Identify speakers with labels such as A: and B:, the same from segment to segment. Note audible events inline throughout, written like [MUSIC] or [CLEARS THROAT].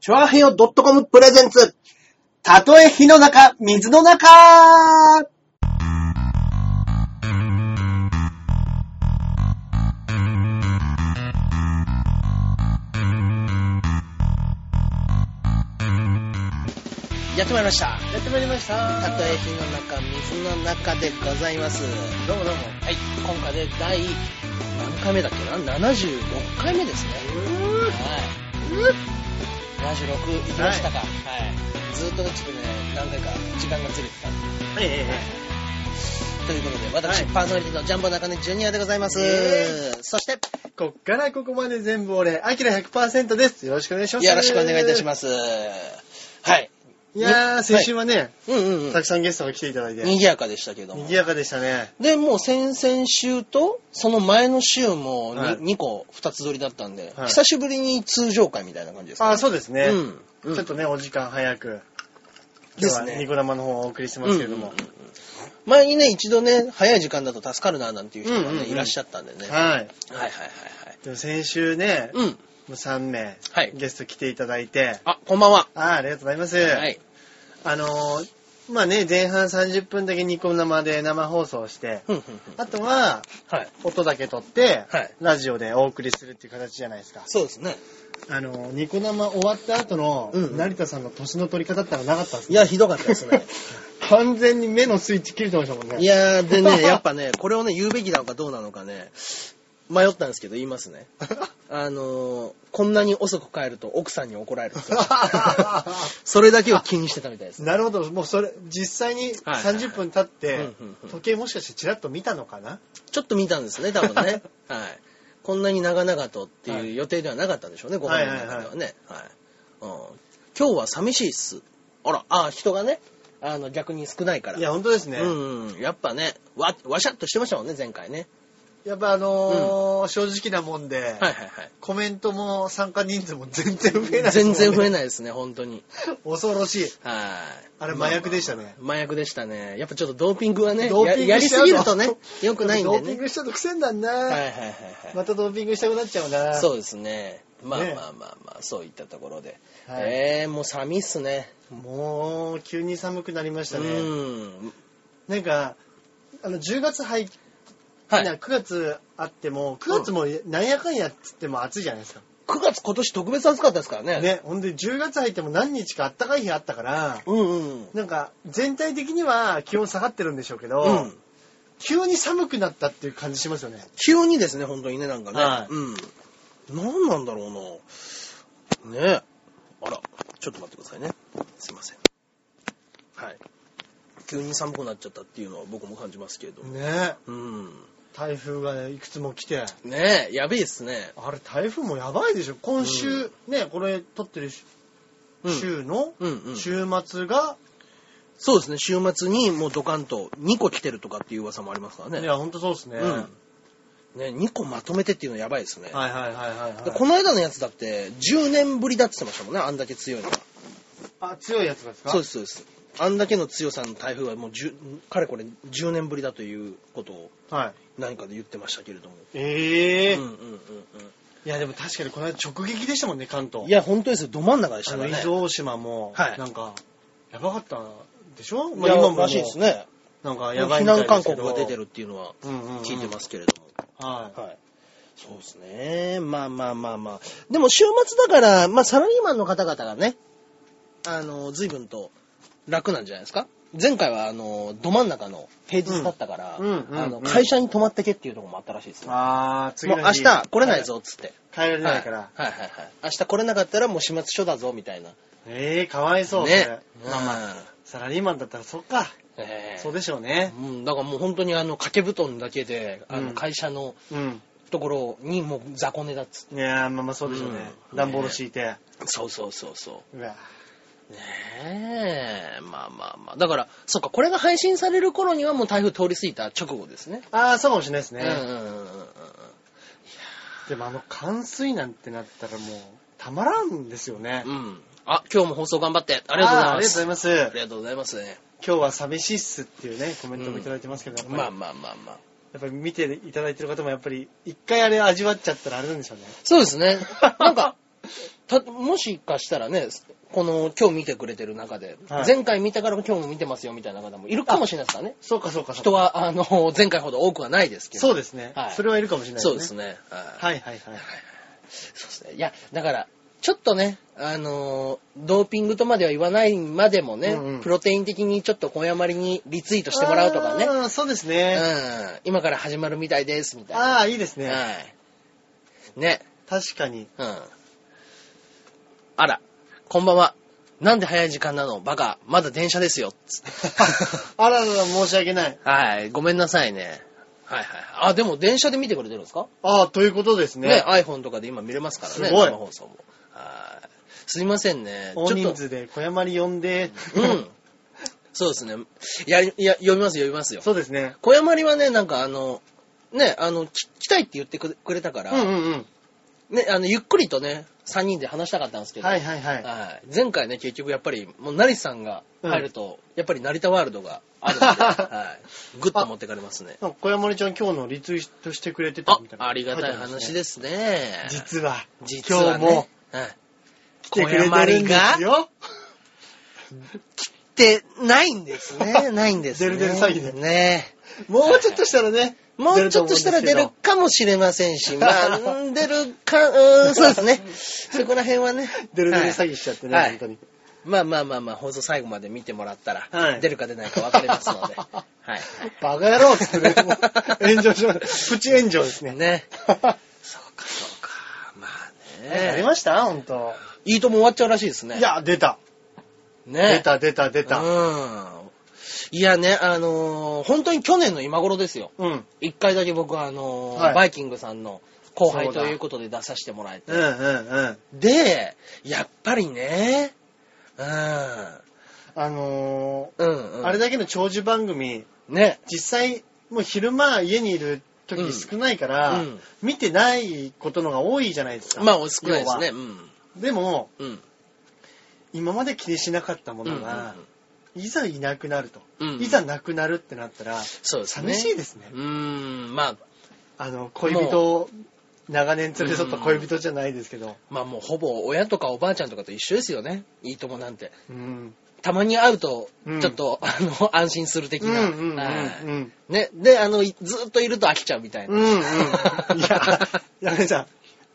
A: チョアヘヨ .com プレゼンツ。たとえ火の中、水の中やってまいりました。
B: やってまいりました。
A: たとえ火の中、水の中でございます。
B: どうもどうも。
A: はい、今回で第何回目だっけな ?76 回目ですね。はい。76行きましたか。はい。ずーっとね、ちょっとね、何回か時間がずれてた。
B: ええ
A: ということで、私、
B: はい
A: パーソナリティのジャンボ中根ジュニアでございます。
B: え
A: そして、
B: えこっからここまで全部俺、アキラ100%です。よろしくお願いします。
A: よろしくお願いいたします。はい。
B: す。いやー、先週はね、
A: うんうんう
B: た
A: ん
B: く。さんゲストが来ていただいて、
A: 賑やかでしたけども
B: 賑。やかでしたね。
A: で、もう先々週と、その前の週も 2,、
B: はい
A: 二個、2つ撮りだったんで、
B: はい
A: 久しぶりに通常会みたいな感じですか
B: あー、そうですね。
A: うんうん
B: ちょっとね、お時間早く。
A: で
B: 今
A: す
B: 日
A: ね
B: はニコ生の方をお送りしてますけれども
A: うん。うんうん前にね、一度ね、早い時間だと助かるな、なんていう人がね、
B: うんうんうん
A: いらっしゃったんでね。はい
B: はい。
A: はいはい
B: でも先週ね、
A: はい。うん。
B: 3名、
A: はい
B: ゲスト来ていただいて、
A: あ、こんばんは。
B: あー、ありがとうございます。
A: はい。
B: あのー、まあね、前半30分だけニコ生で生放送して、
A: ふんふんふん
B: あとは、
A: はい。
B: 音だけ撮って、
A: はい
B: ラジオでお送りするっていう形じゃないですか。
A: そうですね。
B: あの、ニコ生終わった後の、
A: うんうん
B: 成田さんの年の取り方ってのはなかったんです
A: い
B: ね
A: や、ひどかったですね。
B: 完全に目のスイッチ切れてましたもんね。
A: [LAUGHS] いやー、で [LAUGHS] ね、やっぱね、これをね、言うべきなのかどうなのかね、迷ったんですけど、言います [LAUGHS] ね。あのー、こんなに遅く帰ると奥さんに怒 [LAUGHS] られるんですよそれだけを気にしてたみたいですね。
B: [LAUGHS] なるほど、もうそれ、実際に
A: はいはい
B: 30分経って、
A: うんうんうん
B: 時計もしかしてチラッと見たのかな
A: ちょっと見たんですね、多分 [LAUGHS] ね。はい。こんなに長々とって
B: はいいう
A: 予定ではなかったんでしょうね、ご
B: は
A: 飯
B: い
A: の
B: はいはい
A: 中ではね。はい、うん。今日は寂しいっす。あら、あ、人がね、あの、逆に少ないから。
B: いや、本当ですね。
A: うんうん。やっぱね、わ、わしゃっとしてましたもんね、前回ね。
B: やっぱあのー正直なもんで、
A: はいはいはい。
B: コメントも参加人数も全然増えない、
A: 全然増え
B: ない。
A: ないですね、本当に。
B: 恐ろしい。
A: はい。
B: あれ麻薬でしたね。
A: 麻薬でしたね。やっぱちょっとドーピングはね、
B: ドーピング
A: ややり
B: しちゃ
A: す
B: う
A: ぎ
B: の
A: るとね、良くないんで
B: ドーピン
A: ね。
B: グしちゃうと癖になんな、
A: はいはいはいはい。
B: またドーピングしたくなっちゃうな。
A: そうですね。まあ
B: ね
A: まあまあまあ、そういったところで。
B: はい
A: えー、もう寒いっすね。
B: もう急に寒くなりました
A: う
B: ね。
A: ん。
B: なんかあの10月入っ
A: はい。
B: な
A: 9
B: 9月あっても9月もなんやかんやっつっても暑いじゃないですか。
A: 月今年特別暑かったですからね。。
B: ね、ほんで10月入っても何日か暖かい日あったから、
A: うんうん。
B: なんか全体的には気温下がってるんでしょうけど、
A: うん。
B: 急に寒くなったっていう感じしますよね。
A: 急にですね、本当にね、なんかね。
B: は
A: うん。なんなんだろうな。ねあら、ちょっと待ってくださいね。すいません。はい。急に寒くなっちゃったっていうのは僕も感じますけれども。
B: ね、
A: うん。
B: 台風がいくつも来て。
A: ねえ、やべえっすね。
B: あれ台風もやばいでしょ今週、ねこれ撮ってる
A: うん
B: 週の
A: うんうん。
B: 週末が、
A: そうですね、週末にもうドカンと2個来てるとかっていう噂もありますからね。
B: いやほんとそうですね、
A: うん。ね、2個まとめてっていうのやばいですね。
B: はいはいはいはい、はい
A: でこの間のやつだって、10年ぶりだって言ってましたもんね、あんだけ強いのは。
B: あ、強いやつがですか
A: そうです、そうです。あんだけの強さの台風はもう10、かれこれ10年ぶりだということを
B: はい。
A: 何かで言ってましたけれども。
B: ええ
A: うんうんうん
B: いや、でも確かにこの間直撃でしたもんね、関
A: うん。
B: 東。
A: いや、本当ですよ、ど真ん中でし
B: あ
A: た
B: の、
A: から
B: 伊
A: ね。
B: 豆大島も、
A: はい
B: なんか、やばかったでしょ
A: いや
B: 今も
A: らしいですね。
B: なんか、やばい
A: 避
B: みたい
A: 難
B: で
A: 勧
B: すけ
A: 告
B: ど
A: が出て。るっていうのは
B: うんうん、うん。
A: 聞いてますけれども。
B: はい。
A: はい。そうですね。まあまあまあまあ。でも週末だから、まあサラリーマンの方々がね、あの、随分と楽なんじゃないですか前回は、あの、ど真ん中の平日だったから、
B: うんうんうん
A: あ
B: う
A: の
B: ん
A: 会社に泊まってけっていうところもあったらしいですね。
B: あー、次
A: もう
B: の
A: 明
B: 日
A: 日来れない。ぞ、っつって。
B: 帰られないから。
A: はいはいはいはい。明日来れなかったらもう始末書だぞ、みたいな。
B: ええかわいそう。
A: ね。
B: それまあまあ、
A: あ。
B: サラリーマンだったらそっか。
A: ええ
B: そうでしょうね。
A: うん、だからもう本当にあの、掛け布団だけで、あ
B: う
A: の、
B: ん
A: 会社の
B: うん。
A: ところにもう雑魚寝だっつって。
B: いやー、まあまあそうでしょうね。
A: うん
B: 段ボール敷いて。
A: そうそうそうそう。
B: うわ
A: ねえ、まあまあまあ。だから、そっか、これが配信される頃にはもう台風通り過ぎた直後ですね。
B: あー、そうかもしれないですね。
A: うんうんうんうんうん。
B: でもあの冠水なんてなったらもうたまらんですよね。
A: うん。あ、今日も放送頑張って。ありがとうございます。
B: あーありがとうござい
A: あ
B: ます。
A: りがとうございますね。
B: 今日は寂しいっすっていうね、コメントもいただいてますけど、
A: ま
B: や
A: あ
B: っぱり
A: まあまあまあ。
B: やっぱり見ていただいてる方もやっぱり一回あれ味わっちゃったらあれなんでしょうね。 [LAUGHS]
A: そうですね。なんか、た、もしかしたらね、この、今日見てくれてる中で、
B: はい
A: 前回見たから今日も見てますよみたいな方もいるかもしれないですからね。
B: そうかそうかそうか。
A: 人は、あの、 [LAUGHS] 前回ほど多くはないですけど。
B: そうですね、
A: はい
B: それはいるかもしれないです
A: そう
B: ね。
A: ですね。はい。
B: はいはいはい。
A: そうですね。いや、だから、ちょっとね、あのードーピングとまでは言わないまでもね、
B: うんうん
A: プロテイン的にちょっと小山りにリツイートしてもらうとかね、
B: あーそうです
A: う
B: ね。
A: ん、今から始まるみたいです、みたいな。
B: ああ、いいですね、
A: はい。ね、
B: 確か
A: [LAUGHS]
B: に。
A: うん。あら、こんばんは。なんで早い時間なのバカ、まだ電車ですよ。つって
B: [LAUGHS] あららら、申し訳ない。
A: はい、ごめんなさいね。はいはい。あ、でも電車で見てくれてるんですか
B: ああ、ということですね。
A: ね、iPhone とかで今見れますからね、
B: すごい
A: 生放送も。はい。すいませんね。
B: 大
A: ちょ
B: 人
A: っと、
B: 数で小山に呼んで、
A: うん。そうですね。いや、いや、読みます、読みますよ。
B: [LAUGHS] そうですね。
A: 小山里はね、なんかあの、ね、あの、き来たいって言ってくくれたか
B: う
A: ら、
B: んうんうん。
A: ね、あの、ゆっくりとね、3人で話したかったんですけど、
B: はいはいはい。
A: はい前回ね、結局やっぱり、もう成さんが入ると、やっぱり成田ワールドがある [LAUGHS] ので、はい。ぐっと持ってかれますね。
B: なんか小山にちゃん今日のリツイートしてくれてた
A: あ
B: みたい、な。。
A: ありがたい話ですすね。
B: 実は、
A: 実は、ね、
B: 今日も
A: はい、
B: 来てくれてるんですよ。
A: ってないんです [LAUGHS] ね。ないんですね。
B: デルデル詐欺で
A: ね
B: もうちょっとしたらね、
A: もうちょっとしたら出るかもしれません [LAUGHS] し、まあ、うん出るか、うん、そうですね。そこら辺はね。
B: 出る出る
A: はい
B: 詐欺しちゃってね、
A: はい
B: 本当に。
A: まあまあまあまあ、放送最後まで見てもらったら、
B: はい
A: 出るか出ないか分かりますの
B: [LAUGHS]
A: で。はい。
B: バカ野郎っつってね、もう炎上しま
A: [LAUGHS]
B: プチ炎上ですね。 [LAUGHS]
A: ね。
B: あ
A: そうか、そうか。まあ
B: り
A: ね。
B: ました本当。
A: いいとも終わっちゃうらしいですね。
B: い、や、出た。
A: ね。
B: 出た、出た、出た。
A: うん。いやね、あのー本当に去年の今頃ですよ。
B: うん。
A: 一回だけ僕はあのー
B: はい
A: バイキングさんの後輩
B: そうだ
A: ということで出させてもらえて
B: うん、。うん、うん。
A: で、やっぱりね、うん。
B: あの
A: うん、う
B: ー
A: ん。
B: あれだけの長寿番組、
A: ね。
B: 実際、もう昼間家にいる時少ないから、
A: うん
B: 見てないことのが多いじゃないですか。
A: まあ、お少ないですね。
B: 要は。
A: うん。
B: でも、
A: うん。
B: 今まで気にしなかったものが、いざいなくなると。
A: うんうん
B: いざなくなるってなったら、
A: そうですね。
B: 寂しいですね。
A: うーん、まあ、
B: あの、恋人を、長年連れ添った恋人じゃないですけど、
A: まあもうほぼ親とかおばあちゃんとかと一緒ですよね。いいともなんて。
B: うん。
A: たまに会うと
B: う、ん
A: ちょっと、あの、 [LAUGHS] 安心する的
B: うんう
A: な。
B: んうん
A: はい
B: うん。
A: ね。で、あの、いずっといると飽きちゃうみたいな。
B: うんうん。いや、やめちゃん、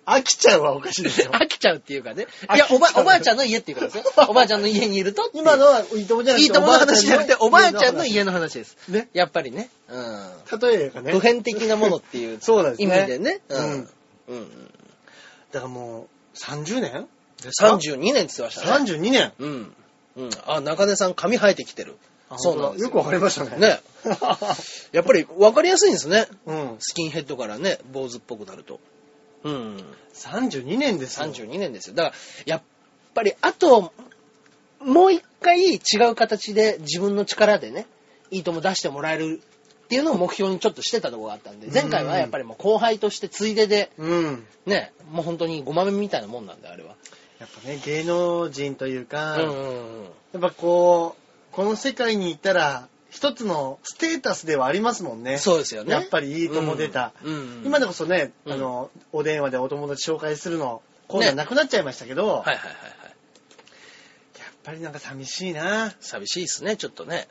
B: 飽きちゃうはおかしいですよ。
A: [LAUGHS] 飽きちゃうっていうかね。
B: 飽
A: いや
B: きちゃ、う
A: おば、おばあちゃんの家っていうことです
B: [LAUGHS]
A: よ。おばあちゃんの家にいるとっていう
B: 今のはいいともじゃなくて、
A: いいともの話じゃなくて、おばあちゃんの
B: の
A: 家の話です。
B: 話。ね。
A: やっぱりね。うん。
B: 例えがね。
A: 普遍的なものっていう
B: [LAUGHS] そうなんです
A: 意
B: ね。
A: 味でね。
B: う
A: うんん。うん。
B: だからもう、30年ですか
A: 32年って言ってましたね。
B: 32年。
A: うん。うん。あ、中根さん髪生えてきてる。そうなんです
B: よくわかりましたね。
A: ね。やっぱり分かりやすいんですね。
B: [LAUGHS] うん。
A: スキンヘッドからね、坊主っぽくなると。うん。
B: 32年ですよ。
A: 32年ですよ。だから、やっぱり、あと、もう一回違う形で自分の力でね、いいとも出してもらえるっていうのを目標にちょっとしてたところがあったんで、前回はやっぱりもう後輩としてついでで、
B: うん。
A: ね、もう本当にごまめみたいなもんなんで、あれは。
B: やっぱね、芸能人というか、
A: うんうんうん。
B: やっぱこう、この世界にいたら、一つのステータスではありますもんね。
A: そうですよね。
B: やっぱりいいとも出た。
A: うん。うんうん
B: 今でこそね、
A: うん
B: あの、お電話でお友達紹介するの、コーナーなくなっちゃいましたけど、
A: はいはいはいはい。
B: やっぱりなんか寂しいな
A: 寂しいですね、ちょっとね。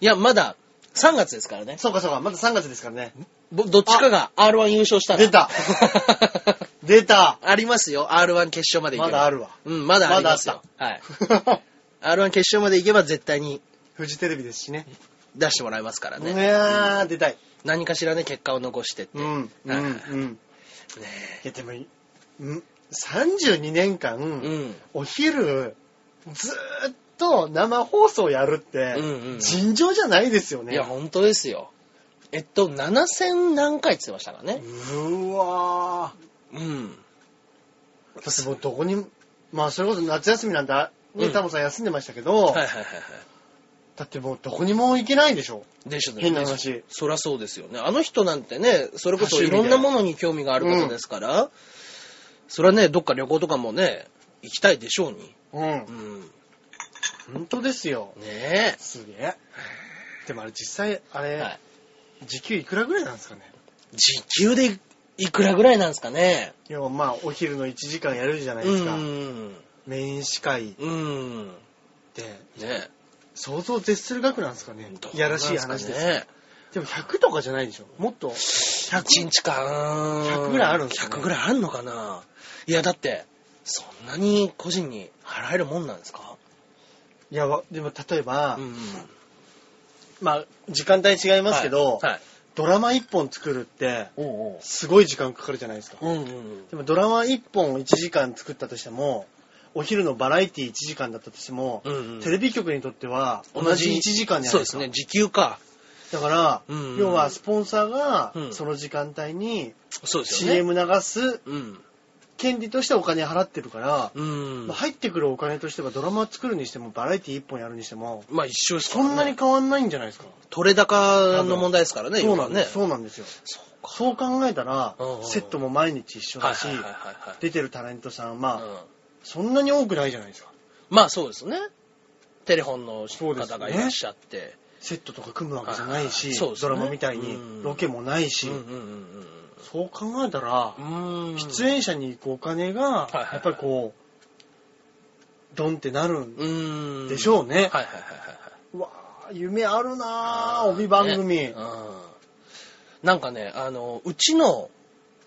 A: いや、まだ3月ですからね。
B: そうかそうか、まだ3月ですからね。
A: ぼどっちかが R1 優勝したら。
B: 出た出た
A: [LAUGHS] ありますよ、R1 決勝まで行
B: ま
A: けば。
B: だあるわ。
A: うん、まだありますよ。はい。R1 決勝まで行けば絶対に
B: [LAUGHS] フジテレビですしね。
A: 出してもらえますから
B: ね
A: ね。
B: いやー、出たい。
A: 何かしらね、結果を残してって。
B: う
A: ね
B: ん、うん、
A: はい
B: うん。いや、でも、うん、32年間、
A: うん。
B: お昼、ずーっと生放送やるって、
A: うんうん
B: 尋常じゃないですよね。
A: いや、本当ですよ。えっと、7000何回って言ってましたから
B: う
A: ね。
B: ーわ
A: うん。
B: ー。私もうどこに、まあ、それこそ夏休みなんだ。ね、
A: うん
B: タモさん休んでましたけど、
A: はいはいはいは
B: だってもうどこにも行けないでしょ。
A: い。でしょ、ね、
B: 変な話。
A: そりゃそうですよね。あの人なんてね、それこそいろんなものに興味がある方ですから、それはね、どっか旅行とかもね、行きたいでしょうに。
B: うん
A: う。ん。
B: 本当ですよ。
A: ね
B: すげえ。でもあれ実際、あ
A: え。
B: れ、
A: はい。
B: 時給いくらぐらいなんですかね
A: 時給でいくらぐらいなんですかね。
B: 要はまあ、お昼の1時間やるじゃないで
A: う
B: すか。
A: ん。
B: メイン司会っ
A: うん。
B: て、
A: ね
B: 想像を絶する額なんですかね。いやらしい話ですけど。
A: ね。
B: でも100とかじゃないでしょ。もっと、
A: 100
B: 100。
A: 日間。
B: 100ぐらいあるんですかね
A: 100ぐらいあるのかないや、だって、そんなに個人に払えるもんなんですか
B: いや、わでも例えば、
A: ん。
B: まあ、時間帯違いますけど、
A: はい。はい
B: ドラマ1本作るって、
A: おう
B: すごい時間かかるじゃないですか。
A: おう。うんうん。
B: でもドラマ1本1時間作ったとしても、お昼のバラエティ1時間だったとしても、
A: うんうん
B: テレビ局にとっては同じ1時間じゃな
A: そ
B: いうで
A: ですす
B: か。
A: ね、時給か。
B: だから、
A: うんうん
B: 要はスポンサーが
A: うん
B: その時間帯に
A: そうですよね。
B: CM 流す
A: うん。
B: 権利としてお金払ってるから、
A: うん
B: まあ。入ってくるお金としてはドラマ作るにしてもバラエティ1本やるにしても、
A: まあ一緒ですか
B: そ
A: らね
B: んなに変わんないんじゃないですか。
A: 取れ高の問題ですからね、
B: そうなん
A: 今
B: で
A: ね。
B: す。そうなんですよ。
A: そうか。
B: そう考えたら
A: うんうんう、ん
B: セットも毎日一緒
A: はい
B: だし
A: はい、はいはい
B: 出てるタレントさん、
A: は
B: まあ、
A: い。うん
B: そんなに多くないじゃないですか。
A: まあそうですね。テレフォンの
B: そうです
A: 方
B: ね
A: がいらっしゃって。
B: セットとか組むわけじゃないし、
A: はいそうですね
B: ドラマみたいうに
A: ん
B: ロケもないし、
A: うんうんうん
B: そう考えたら、
A: うんうん。
B: 出演者に行くお金が
A: は、いはいはい
B: やっぱりこう、ドンってなるん
A: うん。
B: でし
A: う
B: ょうね。
A: はいはいはいはい。
B: うわあ夢あるなあ帯番組。
A: ねうんなんかね、あの、うちの、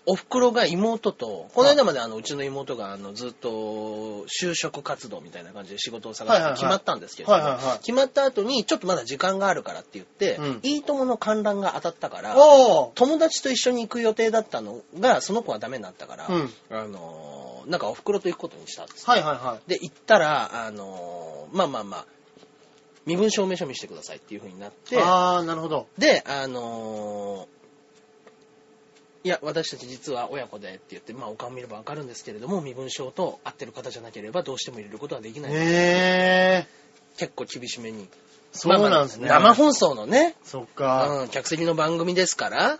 A: お袋が妹と、この間まであの、うちの妹があの、ずっと、就職活動みたいな感じで仕事を探
B: はい
A: して
B: はいはい
A: 決まったんですけれど
B: はい
A: も、
B: はいはい。
A: 決まった後に、ちょっとまだ時間があるからって言って、
B: うん
A: いいともの観覧が当たったから、
B: お
A: 友達と一緒に行く予定だったのが、その子はダメになったから、
B: ーうん。
A: あのーなんかお袋と行くことにしたんです。
B: はいはいは
A: で、行ったら、あのーまあまあまあ、身分証明書見せてくださいっていう風になっ
B: い。
A: て、
B: ああ、なるほど。
A: で、あのーいや、私たち実は親子でって言って、まあお顔見ればわかるんですけれども、身分証と合ってる方じゃなければどうしても入れることはできない。
B: へえ
A: 結構厳しめに。
B: そうなんですね。
A: まあまあ生放送のね、
B: そっか。
A: うん、客席の番組ですから、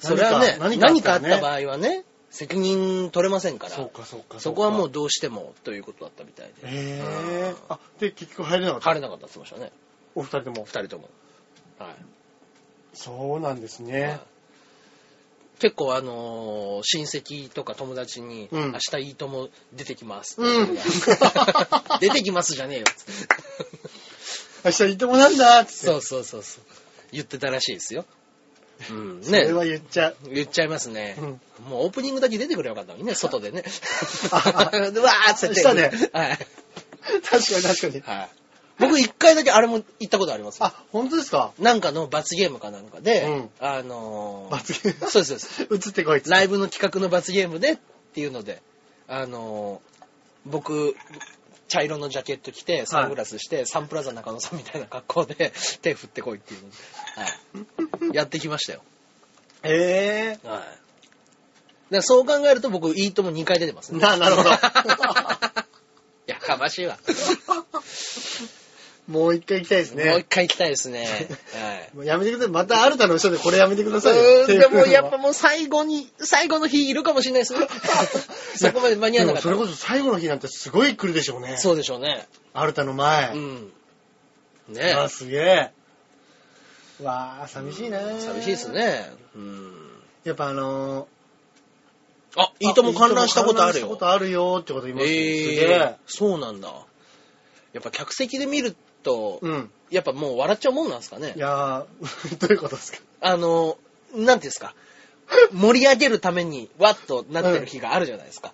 A: それはね、何かあっ
B: ら
A: た場合はね、責任取れませんから、
B: そう
A: そ
B: かそうか。
A: こはも
B: う
A: う
B: か。
A: どうしてもということだったみたいで。
B: へ
A: う
B: え
A: ん
B: あ、で、結局入れなかった。
A: 入れなかったって言ってましたね、
B: お二人とも
A: 二。人とも。はい。
B: そうなんです
A: は
B: ね
A: い。結構あのー親戚とか友達に、
B: うん
A: 明日いいとも出てきます。
B: うん
A: [LAUGHS] 出てきますじゃねえよ。
B: [LAUGHS] 明日いいともなんだっつって。
A: そうそうそうそう。言ってたらしいですよ。うん、
B: それ
A: ね。
B: は言っ
A: [LAUGHS]
B: ちゃう。
A: 言っちゃいますね。
B: うん
A: もうオープニングだけ出てくればよかったのにね、外でね。うわ
B: あ
A: ーっつって。
B: したね
A: はい。
B: 確かに確かに。
A: はい。僕一回だけあれも行ったことありますよ。
B: あ、本当ですか
A: なんかの罰ゲームかなんかで、
B: うん
A: あのー
B: 罰ゲーム
A: そうですそうです。
B: 映ってこいっつって。
A: ライブの企画の罰ゲームでっていうので、あのー僕、茶色のジャケット着て、サングラスして、サンプラザ中野さんみたいな格好で、手振ってこいっていうので、はい、やってきましたよ。 [LAUGHS]
B: え
A: はい。だからそう考えると僕、いいとも2回出てます。
B: えな、なるほど
A: [LAUGHS] やかましいわ。
B: もう一回行きたいです
A: もう一
B: ね。
A: 回行きたい [LAUGHS] ですね。はい。
B: もうやめてください。また新たな人でこれやめてくださいよ。
A: うーんでもやっぱ
B: [LAUGHS] ぱ、
A: もう最後に、最後の日いるかもしれないです [LAUGHS] ね。そこまで間に合わなかった
B: でもそれこそ最後の日なんてすごい来るでしょうね。
A: そうでしょうね。
B: 新たの前。
A: うん。ね
B: わあ、すげえ。わあ、寂しいな
A: うん寂しいです。ね。うん。
B: やっぱあのー、
A: あ、いいとも観覧したことある
B: いいとも
A: よ
B: 観覧したこと。あるよってこと言いますねすげ
A: えー
B: え。
A: そうなんだ。やっぱ客席で見ると、
B: うん。
A: やっぱもう笑っちゃうもんなんですかね
B: い。やー [LAUGHS] どういうことですか
A: あの、なんていうんですか。盛り上げるために、わっとなってる日があるじゃないですか。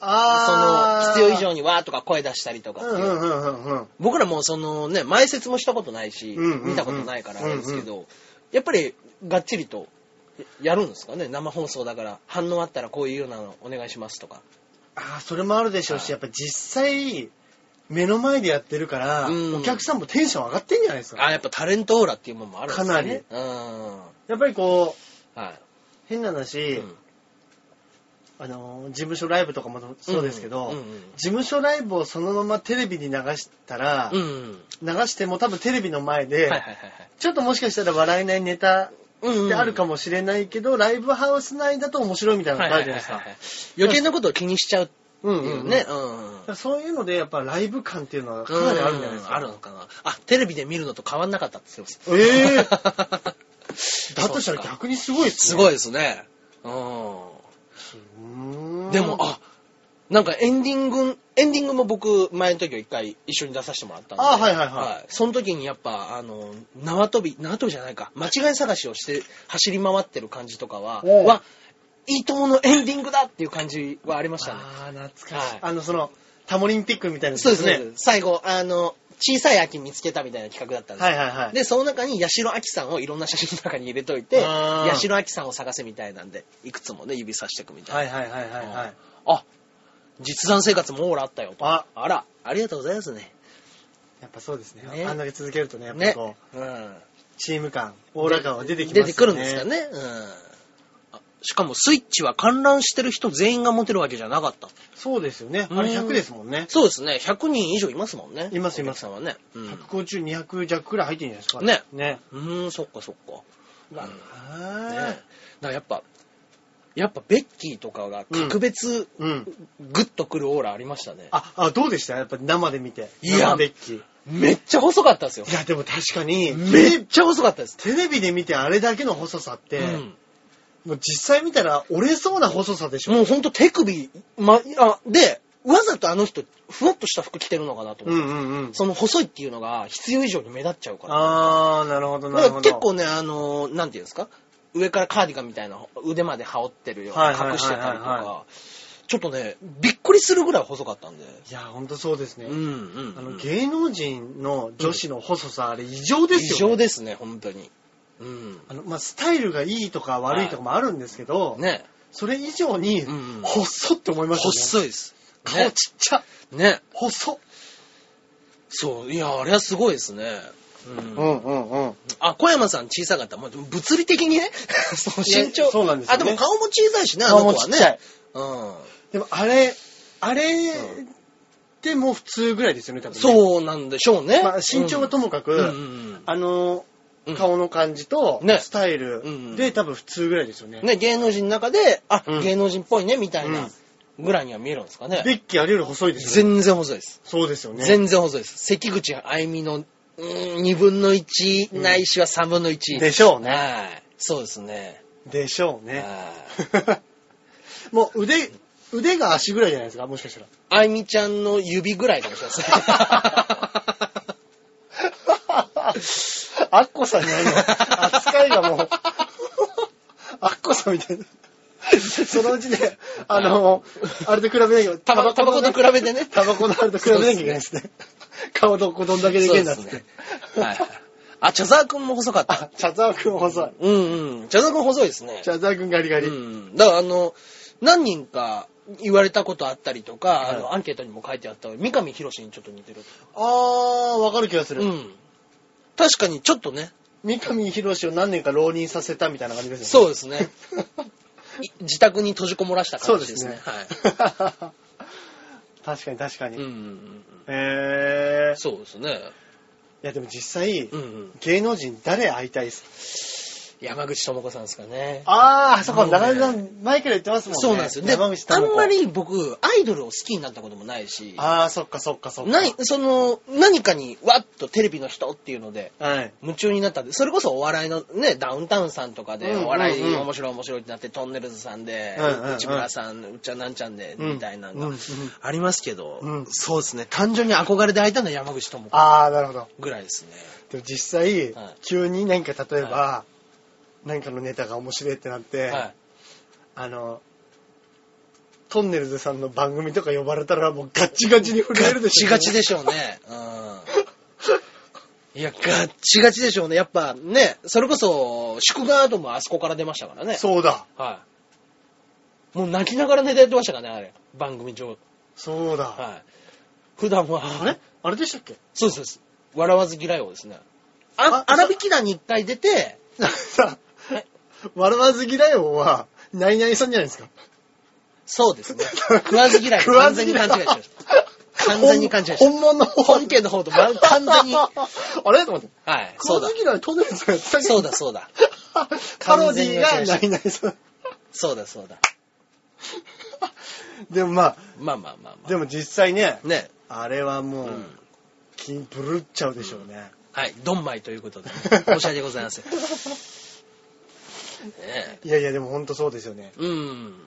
A: その、必要以上にわーとか声出したりとかっていう。
B: うんうんうんうんうん。
A: 僕らもそのね、前説もしたことないし、
B: うんうんうん
A: 見たことないからあれですけど、やっぱりがっちりとやるんですかね、生放送だから、反応あったらこういうようなのお願いしますとか。
B: ああ、それもあるでしょう
A: は
B: し、
A: い
B: やっぱ実際、目の前でやってるから、
A: うん
B: お客さんもテンション上がってんじゃないですか。
A: あ、やっぱタレントオーラっていうものもあるんですね。
B: かなり
A: うん。は
B: やっぱりこう、
A: い。
B: 変な話、
A: うん
B: あのー、事務所ライブとかもそうですけど、
A: うんうん
B: 事務所ライブをそのままテレビに流したら、
A: うんうん。
B: 流しても多分テレビの前
A: は
B: で、
A: いはいはいはい。
B: ちょっともしかしたら笑えないネタ
A: うんうん
B: ってあるかもしれないけど、ライブハウス内だと面白いみたいな
A: はい
B: のが
A: は
B: ある
A: い
B: じ
A: はい
B: ゃな
A: はい
B: ですか。
A: い。余計なことを気にしちゃうっ
B: うん
A: ていううんね
B: ね。。
A: うんうん。
B: だからそういうので、やっぱライブ感っていうのはかなりあるんじゃないですか。
A: うんあるのかな。あ、テレビで見るのと変わんなかったって言ってます。
B: ええ
A: [LAUGHS] だ [LAUGHS]
B: だとしたら逆にすごいっすね。
A: すごいですね。うん。でも、あ、なんかエンディング、エンディングも僕、前の時は一回一緒に出させてもらったんで。
B: あはいはいはい
A: その時にやっぱ、あの、縄跳び、縄跳びじゃないか、間違い探しをして走り回ってる感じとかは、
B: おう
A: わ、伊藤のエンディングだっていう感じはありましたね。
B: あー、懐
A: はい
B: あの、その、タモリンピックみたいなやつ
A: そうですね。最後、あの、小さい秋見つけたみたいな企画だったんですよ
B: はいはいはい。
A: で、その中に八代亜紀さんをいろんな写真の中に入れといて、
B: あー
A: 八代亜紀さんを探せみたいなんで、いくつもね、指さしていくみたいな。
B: はいはいはいはいはい。
A: あ、実弾生活もオーラあったよと。
B: あ
A: ら、ありがとうございますね。
B: やっぱそうですね。
A: ね
B: あんだけ続けるとね、やっぱ
A: ね
B: こう、。
A: うん。
B: チーム感、オーラ感は出てきます
A: 出
B: よね。
A: てくるんですか。ね。うん。あしかもスイッチは観覧してる人全員が持てるわけじゃなかった。
B: そうですよね。あれ
A: うん
B: 100ですもんね。
A: そうですね。100人以上いますもんね。
B: いますいます
A: お客さんはね。
B: 150、200弱くらい入ってるんじゃないで
A: ね
B: すか。ね。
A: うん。うーん、そっかそっか。
B: うわ
A: うんねだか
B: あ
A: らやっぱ、やっぱベッキーとかが格別
B: ーうん。
A: グッとくるオーラありましたね。
B: あ、あ、どうでしたやっぱ生で見て。
A: いや
B: 生デッキ。
A: めっちゃ細かったですよ
B: い。や、でも確かに、
A: めっちゃ細かったです。
B: テレビで見てあれだけの細さって、
A: うん
B: もう実際見たら折れそうな細さでしょ。
A: もうほんと手首、ま、あで、わざとあの人、ふわっとした服着てるのかなと
B: う
A: 思って、
B: んうんうん。
A: その細いっていうのが必要以上に目立っちゃうから。
B: あー、なるほど
A: だ
B: な
A: か
B: る
A: ら
B: ほど。
A: 結構ね、あのーなんていうんですか上からカーディガンみたいな腕まで羽織ってるような
B: はいはいはいはいはい
A: 隠してたりとか、ちょっとね、びっくりするぐらい細かったんで。
B: いや、ほんとそうですね。
A: うんうん、うん。
B: あの、芸能人の女子の細さ、あれ異常ですよ、ね。
A: 異常ですね、本当に。うん。
B: あの、まあ、スタイルがいいとか悪いとかもあるんですけど、
A: ね。
B: それ以上に、
A: うんうん
B: 細っって思いましたね。
A: 細いです。
B: 顔
A: ね
B: ちっちゃ。
A: ね。
B: 細っ。
A: そう。いや、あれはすごいですね。うん。
B: うんうん。
A: あ、小山さん小さかった。もう物理的にね、 [LAUGHS] その身
B: い
A: 長。
B: やそうなんですよね
A: あ、でも顔も小さいしね、あの子
B: 顔も
A: は
B: ちっちゃ
A: ね
B: い。。
A: うん。
B: でもあれ、あれ、
A: う
B: でも普通ぐらいですよね、多分ね、
A: そうなんでしょうね。
B: まあ、身長はともかく、
A: うんうん
B: あの、
A: うん
B: 顔の感じと、
A: ね
B: スタイル
A: うんうん
B: で、多分普通ぐらいですよね。
A: うん。ね、芸能人の中で、あ、
B: うん
A: 芸能人っぽいね、みたいうなんぐらいには見えるんですかね。
B: ベッキーあれより細いですよね。
A: 全然細いです。
B: そうですよね。
A: 全然細いです。関口あゆみの、うーん、2分の1、
B: うん
A: ないしは3分の1。
B: でしょうね
A: はい。そうですね。
B: でしょうね。
A: はい
B: [LAUGHS] もう腕、腕が足ぐらいじゃないですか、もしかしたら。
A: あゆみちゃんの指ぐらいかもしれない
B: アッコさんじゃないの。扱いがもう、アッコさんみたいな。そのうちね、あの、あれと比べなきゃ、
A: タバコタバコと比べてね
B: タバコのあれと比べなきゃいけないですね。顔どこどんだけでけえんだっつっ
A: そうで
B: て
A: す。ね。はい。あ、茶沢くんも細かっ
B: あ
A: た。、
B: 茶沢くん細い。
A: うんうん。茶沢くん細いですね。
B: 茶沢くんガリガ
A: う
B: リ。
A: ん。だからあの、何人か言われたことあったりとか、
B: い
A: あの、アンケートにも書いてあった三上博史にちょっと似てる
B: あー、わかる気がす
A: と。うん。確かにちょっとね、
B: 三上博史を何年か浪人させたみたいな感じです
A: そう
B: よ
A: で
B: ね。
A: すね。い自宅に閉じこもらした
B: そう
A: 感
B: で
A: じですすね。
B: ね。
A: はい。
B: [LAUGHS] 確かに確か
A: うんう
B: に。
A: んうんう
B: え
A: ん。
B: ー。
A: そうですね。
B: いやでも実際
A: う、んうん。
B: 芸能人誰会いたいっすか
A: 山口智子さんですかね。
B: ああ、そこ、
A: もうね
B: 中田さん、前から言ってますもんね。
A: そうなんですよ。で、
B: 山口
A: あ
B: 智
A: ん
B: 子
A: ま。り僕、アイドルを好きになったこともないし、
B: ああ、そっかそっかそっか。
A: ない、その、何かに、わっとテレビの人っていうので、
B: はい。
A: 夢中になったんで、それこそお笑いのね、ダウンタウンさんとか
B: うん
A: で、
B: うんうん
A: お笑い面白い面白いってなって、トンネルズさんで
B: うんうんうん、
A: 内村さん、うっちゃんなんちゃんで、
B: うん
A: みたいな
B: う
A: の
B: んう
A: が
B: ん
A: ありますけど
B: うん、
A: そうですね、単純に憧れで会いたのは山口智子
B: ああ、なるほど。
A: ぐらいですね。
B: でも実際、
A: はい
B: 急に何か例えば、
A: は
B: 何かのネタが面白いってなって、
A: はい。
B: あの、トンネルズさんの番組とか呼ばれたらもうガッチガチに震えるでしょ、
A: ガッチガチでしょうね。うん。いや、ガッチガチでしょうね。やっぱね、それこそ、祝賀アートもあそこから出ましたからね。
B: そうだ。
A: はい。もう泣きながらネタやってましたからね、あれ。番組上。
B: そうだ。
A: はい。普段は、
B: あれあれでしたっけ
A: そうですそうです。笑わず嫌いをですね。あ、
B: あ
A: 荒引き団に一回出て、
B: さ
A: え、
B: [LAUGHS] 笑わず嫌い王は、何々さんじゃないですか。
A: そうですね。 [LAUGHS] 食わず嫌い。
B: 食わ
A: 完
B: ず
A: 全に
B: 嫌
A: 勘
B: い
A: 違いしました。完全に勘違いしまし
B: 本物
A: た。
B: の方
A: 本家の方とま完全に。は
B: あれと思って。
A: い。そうだ
B: この。時のトンネルズがやってたけど
A: そうだ、そうだ。
B: パロディーがないないさん。
A: そうだ、そうだ。
B: でもま
A: まあまあまあ
B: あ、
A: ま
B: でも実際ね
A: あ。、ね。
B: あれはも
A: う、
B: うん金プルっちゃうでしょうね。
A: はい、ドンマイということで、申し訳ございません。ねえ
B: いやいや、でもほんとそうですよね。
A: うん。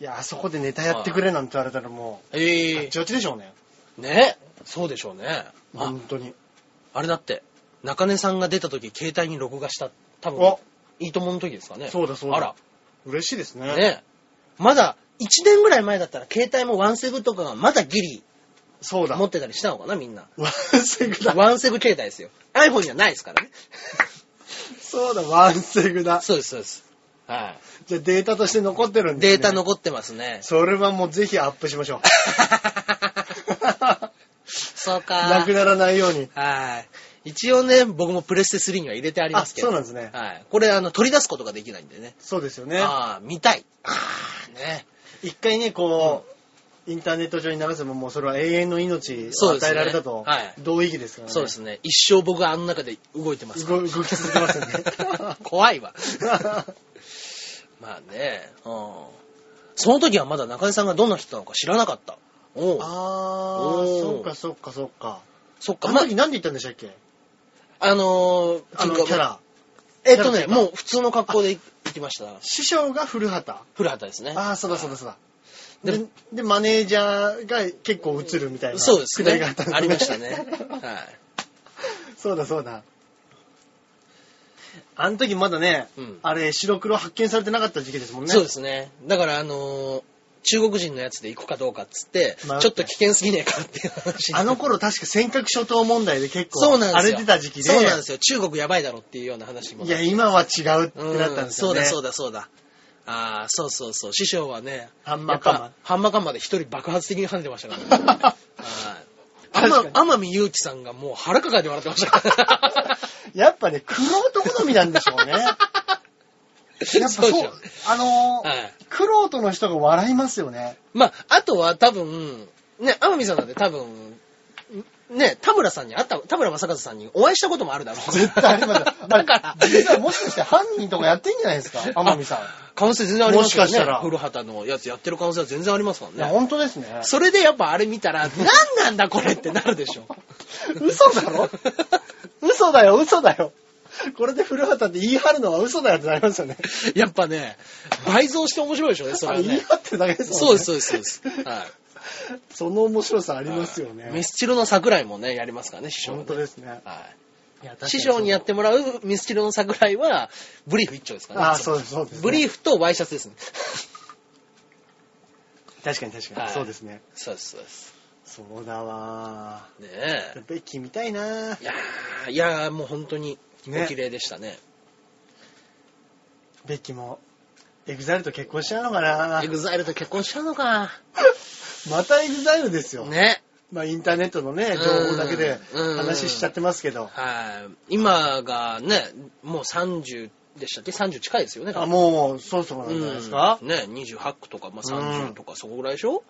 B: いや、あそこでネタやってくれなんて言われたらもう、ガ
A: え
B: ッチガチでしょうね。
A: ねそうでしょうね。あ、
B: 本当に。
A: あれだって、中根さんが出た時、携帯に録画した、多分
B: お、
A: いいともの時ですかね。
B: そうだそうだ
A: あ
B: 嬉しいですね。
A: ら、ねまだ、1年ぐらい前だったら、携帯もワンセグとかがまだギリ
B: そうだ。
A: 持ってたりしたのかな、みんな。
B: ワンセグだ。
A: ワンセグ携帯ですよ。iPhone にはないですからね。
B: そうだ、ワンセグだ。
A: そうです、そうです。は
B: じゃあデータとして残ってる
A: い。
B: んです、ね、
A: データ。残ってますね。
B: それはもうぜひアップしましょう。
A: [LAUGHS] そうか。
B: なくならないように。
A: はい。一応ね、僕もプレステ3には入れてありますけど。
B: あそうなんですね
A: はい。これ、あの、取り出すことができないんでね。
B: そうですよね。
A: ああ、見たい。ああ、ね。
B: 一回ね、こう、インターネット上に流せばもうそれは永遠の命
A: そ
B: を
A: うですね
B: 与えられたと
A: はい、
B: 同意義ですからね。
A: そう
B: [LAUGHS]
A: ですね。一生僕はあの中で動いてますか
B: 動動き続けますよね。
A: ら。 [LAUGHS] 怖
B: [LAUGHS]
A: いわ。まあね。うん。その時はまだ中根さんがどんな人なのか知らなかった。おう
B: あ
A: おー
B: ー、そっかそっかそっか。
A: そっか。
B: あの
A: まあ
B: 時、何で言ったんでしたっけ
A: あのー、
B: あのキャラ。
A: えっとね、
B: キャラというか
A: もう普通の格好で行きました。
B: 師匠が古畑。
A: 古畑ですね。
B: ああ、そうだそうだそうだ。
A: で
B: で、でマネージャーが結構映るみたいな。
A: そうです
B: くだり [LAUGHS]
A: ね。
B: があったんです
A: ありましたね。
B: [LAUGHS]
A: はい。
B: そうだそうだ。あの時まだね、
A: うん
B: あれ、白黒発見されてなかった時期ですもんね。
A: そうですね。だから、あのー中国人のやつで行くかどうかっつって
B: 迷っ、て
A: ちょっと危険すぎねえかっていう話に
B: あの頃確か尖閣諸島問題で結構
A: そうなんですよ。
B: 荒れてた時期で。
A: そうなんですよ。中国やばいだろっていうような話も。
B: いや、今は違うって
A: うん、
B: なったんですよ
A: そう
B: ね。
A: だそう
B: だ
A: だそうだ。ああ、そうそうそう。師匠はね、
B: ハンマカマ
A: やっぱハンマカンマで一人爆発的に跳ねてました
B: [LAUGHS]
A: からね。はい
B: 確か
A: 天
B: に
A: 天海祐希さんがもう腹抱えて笑ってましたから。
B: やっぱね、黒男好みなんでしょうね。 [LAUGHS] やっ
A: [LAUGHS]
B: ぱ
A: そ
B: そうう
A: でしょ。、
B: あのー、
A: はい。
B: 苦労との人が笑いますよね。
A: まあ、あとは多分、ね、天海さんだって多分、ね、田村さんに会った、田村正和さんにお会いしたこともあるだろう。
B: 絶対あります
A: [LAUGHS]
B: よ
A: だから、
B: 実はもしかして犯人とかやってんじゃないですか天海さん。
A: 可能性全然ありますよね。
B: もしかしたら
A: 古畑のやつやってる可能性は全然ありますか
B: いや、
A: らね。
B: 本当ですね。
A: それでやっぱあれ見
B: [LAUGHS]
A: たら、なんなんだこれってなるでしょ。
B: 嘘だろ嘘だよ、嘘だよ。これで古畑って言い張るのは嘘だよってなりますよね。
A: [LAUGHS] やっぱね、倍増して面白いでしょうね、それは
B: あ言い
A: ね。
B: 張ってるだけです
A: そ
B: も
A: うんで
B: ね。
A: す、そうです、そうです。はい。
B: その面白さありますよね。
A: ミスチルの桜井もね、やりますからね、師匠はね、
B: 本当ですね。
A: はい。
B: いや
A: 師匠にやってもらうミスチルの桜井は、ブリーフ一丁ですからね。
B: ああ、そうです、そうです。
A: ブリーフとワイシャツ
B: [LAUGHS]
A: ですね。
B: 確かに確かに、
A: はい
B: そうですね。
A: そうです、そうです。
B: そうだわ
A: ね
B: ー。
A: え。
B: ベッキー見たいなー
A: いやー、いやーもう本当に、
B: ね
A: お綺麗でしたね。
B: ベッキーも、エグザイルと結婚しちゃうのかな
A: エグザイルと結婚しちゃうのか。
B: またエグザイルですよ。
A: ね。
B: まあ、インターネットのね、情報だけで
A: うん
B: 話しちゃってますけど。
A: はい。今がね、もう30でしたっけ ?30 近いですよね。
B: あ、もう、そろそろなんじゃないですか
A: う、んね、28区とか、まあ、30とか、そこぐらいでしょ、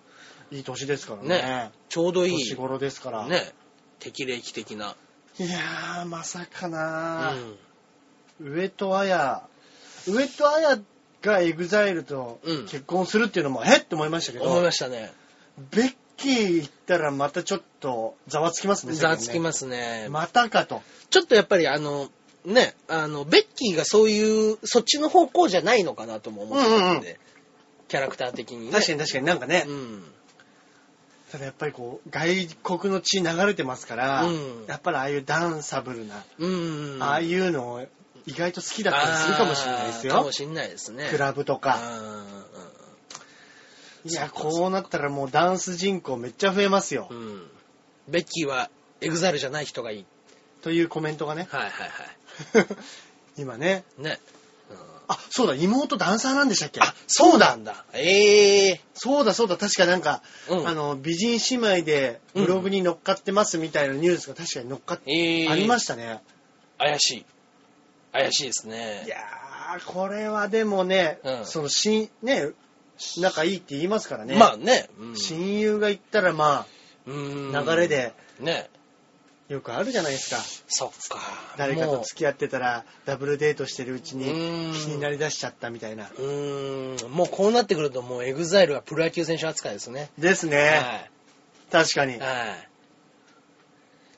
B: いい年ですから
A: ね
B: ね。
A: ちょうどいい
B: 年、頃ですから。
A: ね、適齢期的な。
B: いやー、まさか
A: う
B: なー、
A: ん。
B: 上戸彩、上戸彩がエグザイルと
A: うん
B: 結婚するっていうのも、えって思いましたけど、
A: 思いましたね。
B: ベッキー行ったらまたちょっとざわつきますね。。
A: ざわつきますすね。
B: またかと。
A: ちょっとやっぱりあの、ね、あの、ベッキーがそういう、そっちの方向じゃないのかなとも思ってたんで、
B: うんうん
A: キャラクター的にね。
B: 確かに確かになんかね、
A: うん。
B: ただやっぱりこう、外国の地流れてますから、
A: うん
B: やっぱりああいうダンサブルな、
A: うん。
B: ああいうのを意外と好きだったりするかもしれないです
A: あーか
B: よ
A: も。しんないですね。
B: クラブとか。いや、こうなったらもうダンス人口めっちゃ増えますよ。
A: うん。うんうんうんベッキーはエグザイルじゃない人がいい。
B: というコメントがね。 [LAUGHS]
A: はいはいは
B: 今ね。
A: い。ね。うん
B: あ、そうだ、妹ダンサーなんでしたっけ
A: あ
B: そうだ
A: なんだ。ええ
B: そうだそうだ、確かなんか、
A: うん
B: あの、美人姉妹でブログに乗っかってますみたいなニュースが確かに乗っかって、
A: ええ
B: ありましたね。
A: 怪しい。怪しいですね。
B: いやー、これはでもね、
A: うん
B: その、しね、仲いいって言いますからね。
A: まあね。うん
B: 親友が言ったらま
A: うん
B: あ、流れ。で
A: ね。
B: よくあるじゃないですか。
A: そっか。
B: 誰か
A: も
B: と付き合ってたら、ダブルデートしてるうちに
A: うーん
B: 気になりだしちゃったみたいな。
A: ううーん、もうこうなってくるともうエグザイルはプロ野球選手扱いですね。
B: ですね。
A: は
B: 確かに
A: い。。はい。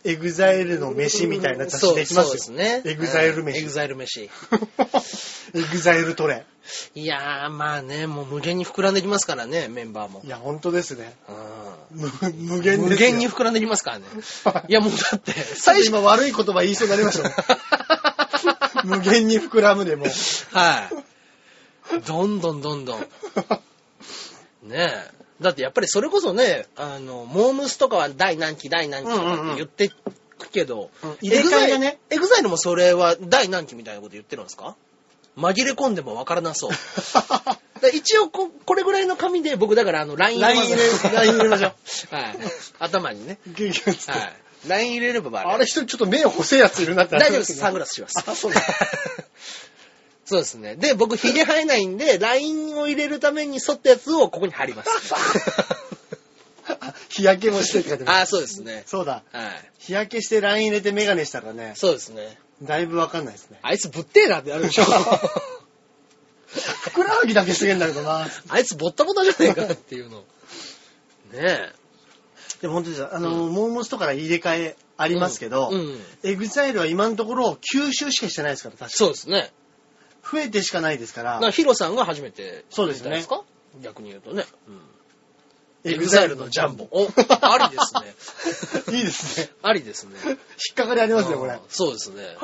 B: エグザイルの飯みたいな雑誌でき
A: そ
B: ますよ。
A: うそうですね。
B: エグザイル飯
A: うんエグザイル飯。
B: エグザイルトレ
A: いやー、まあね、もう無限に膨らんできますからね、メンバーも
B: イン。。いや、本当ですね。
A: うん
B: む無限ですよ
A: 無限に膨らんできますからね。いや、もうだって、
B: 最
A: 最
B: 初
A: 初、
B: 今悪い言葉言いそうになりました
A: [LAUGHS]
B: もん無限に膨らむでもう。
A: はい。どんどんどんどん。ねえ。だってやっぱりそれこそね、あの、モームスとかは第何期、第何期とかって言ってくけど、
B: うん入れ替えがね
A: エグザイルもそれは第何期みたいなこと言ってるんですか紛れ込んでもわからなそう。 [LAUGHS] だから一応こ、これぐらいの紙で僕だからあの、LINE 入れます。
B: LINE 入
A: [LAUGHS]
B: れ LINE 入れましょ
A: う。はい。頭にね。
B: [LAUGHS] ギュギュッつって
A: はい。LINE 入れれば
B: あれ一人ちょっと目細いやついるなって
A: 大丈夫です。サングラ
B: ス。
A: スします。
B: あそうだ
A: [LAUGHS] そうですね。で、僕、ヒゲ生えないんで、ラインを入れるために沿ったやつをここに貼り
B: [LAUGHS]
A: ます。
B: 日焼けもしてって書いてます。
A: あ、そうですね。
B: そうだ。
A: はい。
B: 日焼けしてライン入れてメガネしたらね、
A: そうですね。
B: だいぶわかんないですね。
A: あいつぶってえなってあるでし
B: [LAUGHS]
A: ょ。
B: ふくらはぎだけすげえんだけどな。
A: あいつぼったぼたじゃねえかって
B: [LAUGHS]
A: いうの。ねえ。
B: でも本当ですよあの、モーモスとかから入れ替えありますけど、
A: うんうん
B: エグザイルは今のところ吸収しかしてないですから、確か
A: そうですね。
B: 増えてしかないですか
A: だ
B: ら
A: か、らヒロさんが初めて。
B: そうですね
A: ですか逆に言うとね。
B: エグザイルのジャンボ。
A: お、ありですね。
B: [LAUGHS] いいですね。
A: ありですね。
B: 引っかかりありますね、これ
A: あー。そうですね。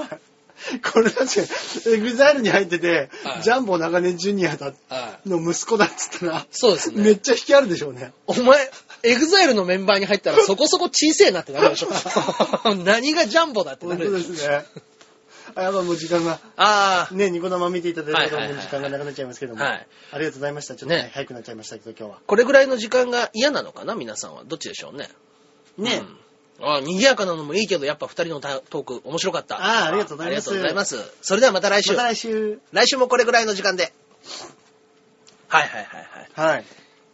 B: これ確かに、エグザイルに入ってて、
A: はい
B: ジャンボ長年ジュニアだ
A: はい。
B: の息子だっつったら、
A: そうですね。
B: めっちゃ引きあるでしょうね。
A: お前、エグザイルのメンバーに入ったらそこそこ小せえなってなるでし
B: [LAUGHS]
A: ょ。何がジャンボだってな
B: 本
A: る
B: 当
A: で
B: で
A: しょ。
B: すね。あ、やばいもう時間が。
A: あ
B: ね、ニコ生見ていただいた方
A: はい
B: も
A: はいはい
B: もう
A: はい
B: 時間がなくなっちゃいますけども、
A: はい
B: ありがとうございました。ちょっとね、
A: ね
B: 早くなっちゃいましたけど、今日は
A: あ、。これぐらいの時間が嫌なのかな皆さんは。どっちでしょうね。
B: ね
A: うんあ賑やかなのもいいけど、やっぱ二人のたトーク面白かった。
B: ああありがとうございます
A: ありがとうございますそれではまた来週。
B: また来週。
A: 来週もこれぐらいの時間で。はいはいはいはい。
B: はい。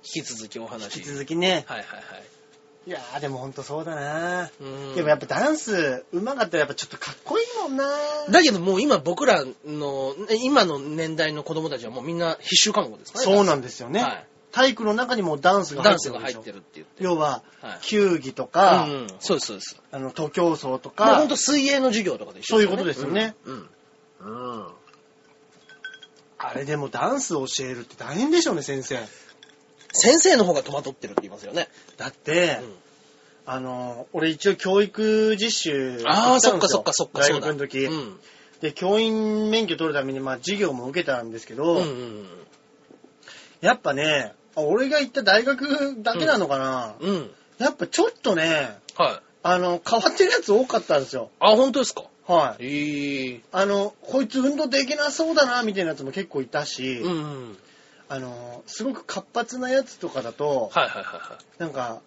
A: 引き続きお話。
B: 引き続きね。
A: はいはいはい。
B: いやー、でもほんとそうだな
A: うん
B: でもやっぱダンス、うまかったらやっぱちょっとかっこいいもんな
A: だけどもう今僕らの、ね今の年代の子供たちはもうみんな必修科目ですからね。
B: そうなんですよね。
A: はい
B: 体育の中にもダンスが
A: ダ
B: 入
A: ンス
B: ってる
A: が
B: わけ
A: 入
B: でしょ
A: ってるって言って。
B: 要は、
A: はい
B: 球技とか、
A: うんうん、そうです、そうです。
B: あの、徒競走と
A: もう
B: か、
A: ほんと水泳の授業とかで一緒
B: そういうことですよね。
A: うん。うん。うん
B: あれでもダンスを教えるって大変でしょうね、先生。
A: 先生の方が戸惑ってるって言いますよね。
B: だって、
A: うん
B: あの、俺一応教育実習
A: あ
B: 行
A: あ、
B: た
A: そ
B: ん
A: っ
B: で
A: か
B: すよ
A: そっかそっか、
B: 大
A: そうだ。
B: 学の時、
A: うん。
B: で、教員免許取るために、まあ、授業も受けたんですけど、
A: うんうんうん
B: やっぱね、あ俺が行った大学だけなのかな、
A: うん。うん。
B: やっぱちょっとね、
A: はい。
B: あの、変わってるやつ多かったんですよ。
A: あ、本当ですか
B: はい。
A: ええ。
B: あの、こいつ運動できなそうだな、みたいなやつも結構いたし、
A: うんうん。
B: あの、すごく活発なやつとかだと、
A: はいはいはいは
B: なんか、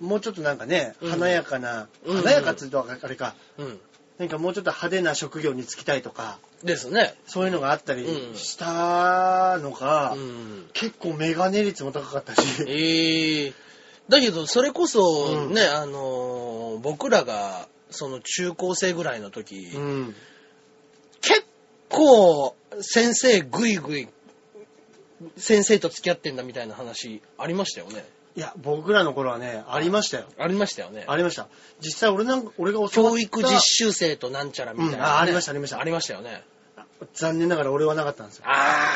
B: もうちょっとなんかね、
A: うん
B: 華やかな、
A: うん
B: 華やかっつうとあれか、
A: い。うん。
B: なんかもうちょっと派手な職業に就きたいとか、
A: ですね。
B: そういうのがあったり
A: うん
B: したのが、
A: うん。
B: 結構メガネ率も高かったし、
A: ええだけど、それこそ、
B: うん
A: ね、あのー僕らが、その中高生ぐらいの時、
B: うん
A: 結構、先生ぐいぐい、先生と付き合ってんだみたいな話、ありましたよね。
B: いや、僕らの頃はね、ありましたよ。
A: ありましたよね。
B: ありました。実際俺なんか、俺が教わった
A: 教育実習生となんちゃらみたいなね、
B: うんあありましたありました
A: ありましたよね。
B: 残念ながら俺はなかったんですよ。
A: あ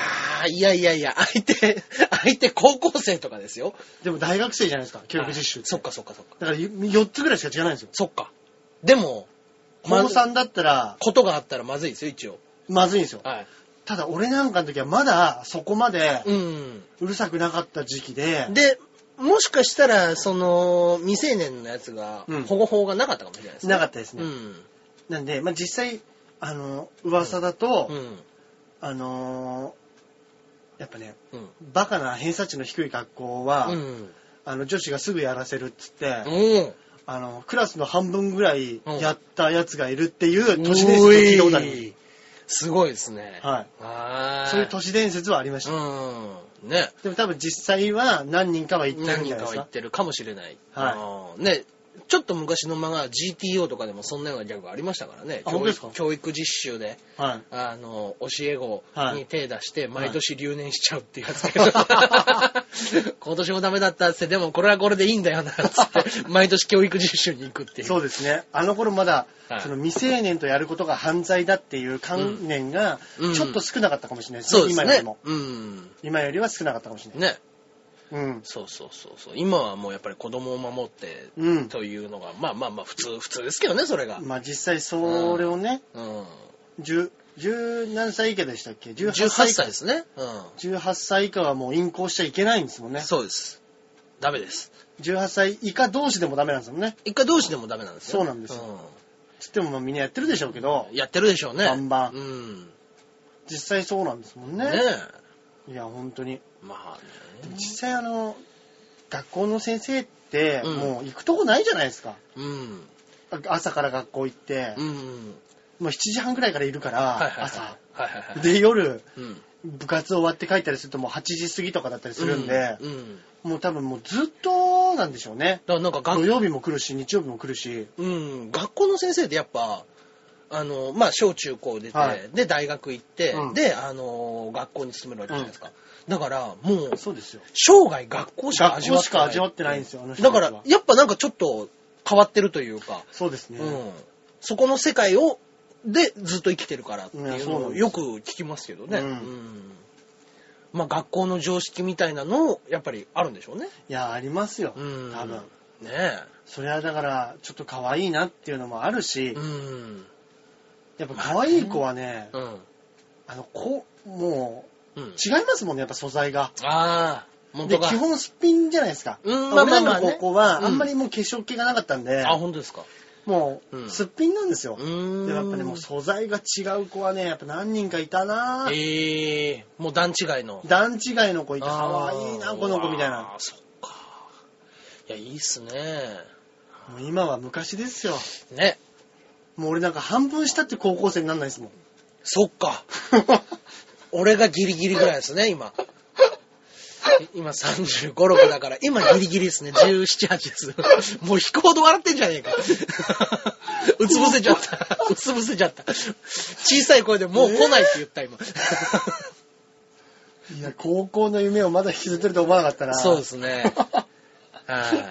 A: あ、いやいやいや、相手、 [LAUGHS] 相手高校生とかですよ。
B: でも大学生じゃないですか、教育実習って。
A: そっかそっかそっか。
B: だから4つぐらいしか違わないんですよ。
A: そっか。でも、
B: 高3だったら、
A: ことがあったらまずいですよ、一応。
B: まずいんですよ。
A: はい。
B: ただ俺なんかの時はまだそこまで
A: うん。
B: うるさくなかった時期で、
A: で、もしかしたら、その、未成年のやつが
B: うん、
A: 保護法がなかったかもしれないですね。
B: なかったですね。
A: うん。
B: なんで、まあ、実際、あの、噂だと、
A: うん。
B: あのーやっぱね、
A: うん。
B: バカな偏差値の低い学校は、
A: うん。
B: あの、女子がすぐやらせるっつって、
A: うん。
B: あの、クラスの半分ぐらいやったやつがいるっていう都市伝説を
A: う
B: 聞いたことあり
A: いすごいですね。
B: ます。はい。
A: はーい。
B: そういう都市伝説はありました。
A: うん。ね。
B: でも多分実際は何人かは行ってるん
A: 何
B: じゃ
A: 人か
B: ないで
A: は
B: す
A: 言
B: か
A: っ。てるかもしれない。
B: はい
A: い。ね。ちょっと昔の漫画は GTO とかでもそんなようなギャグありましたからね。
B: あ
A: 教
B: 本当ですか
A: 育教育実習で、
B: はい。
A: あの、教え子
B: はい
A: に手出して、
B: い
A: 毎年留年しちゃうっていうやつけど、 [LAUGHS] 今年もダメだったっつって、でもこれはこれでいいんだよな、つ
B: [LAUGHS]
A: って、毎年教育実習に行くっていう。
B: そうですね。あの頃まだ、
A: はい
B: その未成年とやることが犯罪だっていう観念が
A: うん、
B: ちょっと少なかったかもしれないですね。
A: そうです
B: 今より
A: ね
B: も。。
A: うん。
B: 今よりは少なかったかもしれない。
A: ね。
B: うん。
A: そうそうそうそう。今はもうやっぱり子供を守って、
B: うん。
A: というのが、まあまあまあ普通、普通ですけどね、それが。
B: まあ実際それをね、
A: うん。
B: 十、十何歳以下でしたっけ ?18
A: 18
B: 歳。
A: 歳ですね。う
B: 18歳以下はもう淫行しちゃいけないんですもん
A: ん。
B: ね。
A: そうです。ダメです。
B: 18歳以下同士でもダメなんですもんね。
A: 一回同士でもダメなんですよ。
B: そうなんですよつってもまあみんなやってるでしょうけど
A: う、んやってるでしょうね。
B: バンバン
A: うん。
B: 実際そうなんですもんね。
A: ね
B: いや、本当に。
A: え。まあね。
B: 実際あの、学校の先生って、
A: うん
B: もう行くとこないじゃないですか。
A: うん。
B: 朝から学校行って、
A: うん。
B: もう7時半くらいからいるから、
A: はいはいはい。
B: 朝。
A: はいはいはい。
B: で、夜、
A: うん、
B: 部活終わって帰ったりするともう8時過ぎとかだったりするんで、
A: うん。うんだ
B: もう多分もうずっとなんでしょうね。
A: からなんか
B: 土
A: 学、
B: 曜日も来るし、日曜日も来るし、
A: うん、学校の先生ってやっぱ、あの、まあ、小中高出て、
B: はい
A: で、大学行って、
B: うん
A: で、あの、学校に勤めるわけじゃないですか。だから、もう、
B: そうですよ。
A: 生涯学校しか味わってない。
B: 学校しか味わってないんですよあの人
A: だ
B: たち
A: か
B: は
A: ら、やっぱなんかちょっと変わってるというか、
B: [LAUGHS] そうですね。
A: うん。そこの世界を、で、ずっと生きてるからって
B: ね
A: いう
B: そう
A: の
B: な
A: を
B: んです
A: よく聞きますけどね。う
B: うん
A: ん。まあ、学校の常識みたいなのを、やっぱりあるんでしょうね。
B: いや、ありますよ。
A: うん。
B: 多分。。
A: ねえ。
B: それはだから、ちょっと可愛いなっていうのもあるし、
A: うん。
B: やっぱ可愛い子はね、
A: うん。
B: あの、こう、も
A: うん
B: う、。違いますもんね、やっぱ素材が。
A: ああ、
B: で、
A: 元が。
B: 基本すっぴんじゃないですか。
A: うんまあ
B: 俺ら
A: まあま
B: の
A: あね
B: 高校は、
A: うん
B: あんまりもう化粧気がなかったんで、
A: あ、本当ですか。
B: も
A: うん
B: う、すっぴんなんですよ。
A: うーん。
B: でやっぱね、もう素材が違う子はね、やっぱ何人かいたなぁ
A: ええもう段違いの。
B: 段違いの子いて、可愛い
A: あ
B: な、
A: ー
B: この子みたい。
A: うわ
B: な。
A: ーそっか。いや、いいっすね。
B: もう今は昔ですよ。
A: ね。
B: もう俺なんか半分したって高校生になんない
A: [LAUGHS]
B: ですもん。
A: そっか。俺がギリギリぐらいですね、今。今35、6だから、今ギリギリですね。17、8です。もう引くほど笑ってんじゃねえか。うつぶせちゃった。うつぶせちゃった。小さい声でもう来ないって言った、今。
B: [LAUGHS] いや、高校の夢をまだ引きずってると思わなかったな。
A: そうですね。はい。
B: [LAUGHS]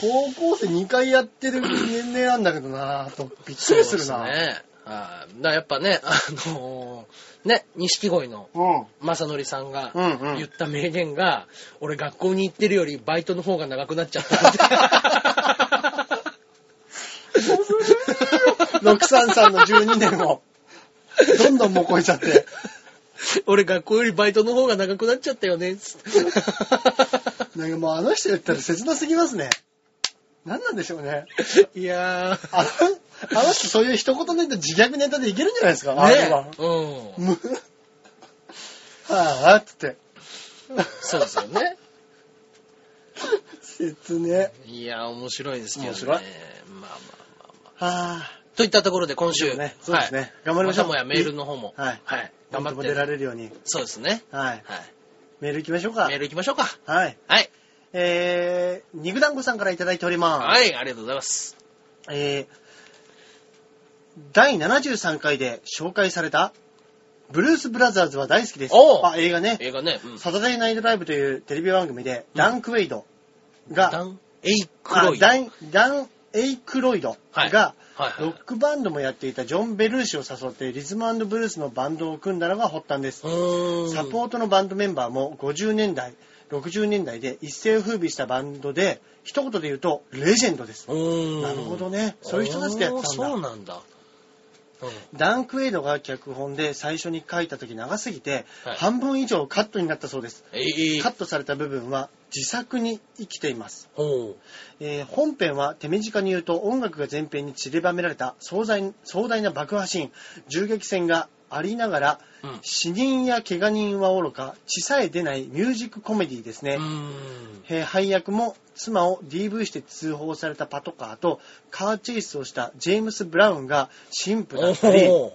B: 高校生2回やってる年齢なんだけどなぁと、びっくりするな。
A: そうですね。はい。だからやっぱね、あのーね、錦鯉の
B: うん。
A: 正則さんが
B: うんうん
A: 言った名言が、俺学校に行ってるよりバイトの方が長くなっちゃったって。
B: 633の12年を、どんどんもう超えちゃって。
A: [LAUGHS] 俺学校よりバイトの方が長くなっちゃったよ
B: [LAUGHS]
A: ね、つって。
B: なんかもうあの人言ったら切なすぎますね。何なんでしょうね。
A: いやー。
B: あの、あの人そういう一言ネタ、自虐ネタでいけるんじゃないですか、あれは
A: ね。うん。
B: む [LAUGHS] はぁ、つって。
A: そうですよね。
B: 切ね。
A: いやー、面白いですけどね。
B: 面白い
A: まあまあまあま
B: はぁ、
A: あ。といったところで今週。
B: ね。そうですね。
A: はい
B: 頑張りましょう。
A: またもやメールの方も。
B: はい
A: はい。頑張っ
B: 出ら
A: て。
B: れるように。
A: そうですね。
B: はい。
A: はい。
B: メール行きましょうか
A: メ。ール行きましょうか。
B: はい。
A: はい。
B: えー、肉団子さんからいただいておりま
A: はい、ありがとうございます。
B: す。えー、第73回で紹介された、ブルース・ブラザーズは大好きです。
A: おう
B: あ、映画ね。
A: 映画ね。うん。
B: サタデーナイトライブというテレビ番組で、ダン・クウェイドが、
A: ダン・エイ・クロイ
B: あダンダン・エイクロイド
A: はい
B: が、
A: はいはい
B: ロックバンドもやっていたジョン・ベルーシを誘ってリズムブルースのバンドを組んだのが発端です。
A: うーん。
B: サポートのバンドメンバーも50年代、60年代で一世を風靡したバンドで、一言で言うとレジェンドです。
A: うーん。
B: なるほどねそういう人たちでやってたんだ
A: おーそうなんだ。うん。
B: ダン・クエイドが脚本で最初に書いた時長すぎて、
A: はい
B: 半分以上カットになったそうです。
A: えい、
B: カットされた部分は自作に生きています。
A: ほう。
B: えー本編は手短に言うと音楽が前編に散りばめられた壮大壮大な爆破シーン銃撃戦がありながら
A: うん。
B: 死人や怪我人はおろか血さえ出ないミュージックコメディですね
A: う、ーん。
B: えー配役も妻を DV して通報されたパトカーとカーチェイスをしたジェームス・ブラウンが神父だったり、
A: おー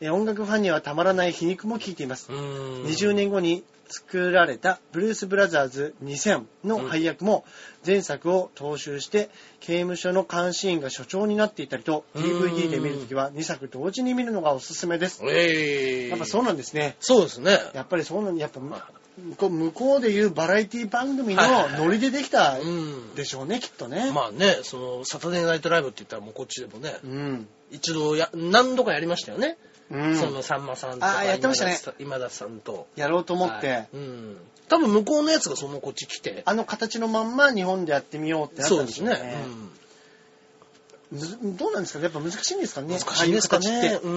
B: えー音楽ファンにはたまらない皮肉も効いています
A: うーん。
B: 20年後に作られたブルース・ブラザーズ2000の配役も前作を踏襲して刑務所の監視員が所長になっていたりと
A: うん
B: DVD で見るときは2作同時に見るのがおすすめです。
A: ええ
B: やっぱそうなんですね。
A: そうですね。
B: やっぱりそうなんやっぱ向こう向こうでいうバラエティ番組のノリでできた
A: うん。
B: でしょうね、きっとね。
A: まあね、その、サタデーナイトライブって言ったらもうこっちでもね、
B: うん。
A: 一度や、何度かやりましたよね。
B: うん。
A: その、さんまさんと
B: あ
A: か、
B: ーやってましたね
A: 今田さん今田さんと。
B: やろうと思って、
A: はいうん。多分向こうのやつがそのこっち来て。
B: あの形のまんま日本でやってみようってなった
A: そうんで
B: ですすね。
A: ね。
B: むずどうなんですかねやっぱ難しいんですか
A: う
B: ね
A: ん。難しいですか
B: ああいう形
A: ね
B: って。
A: う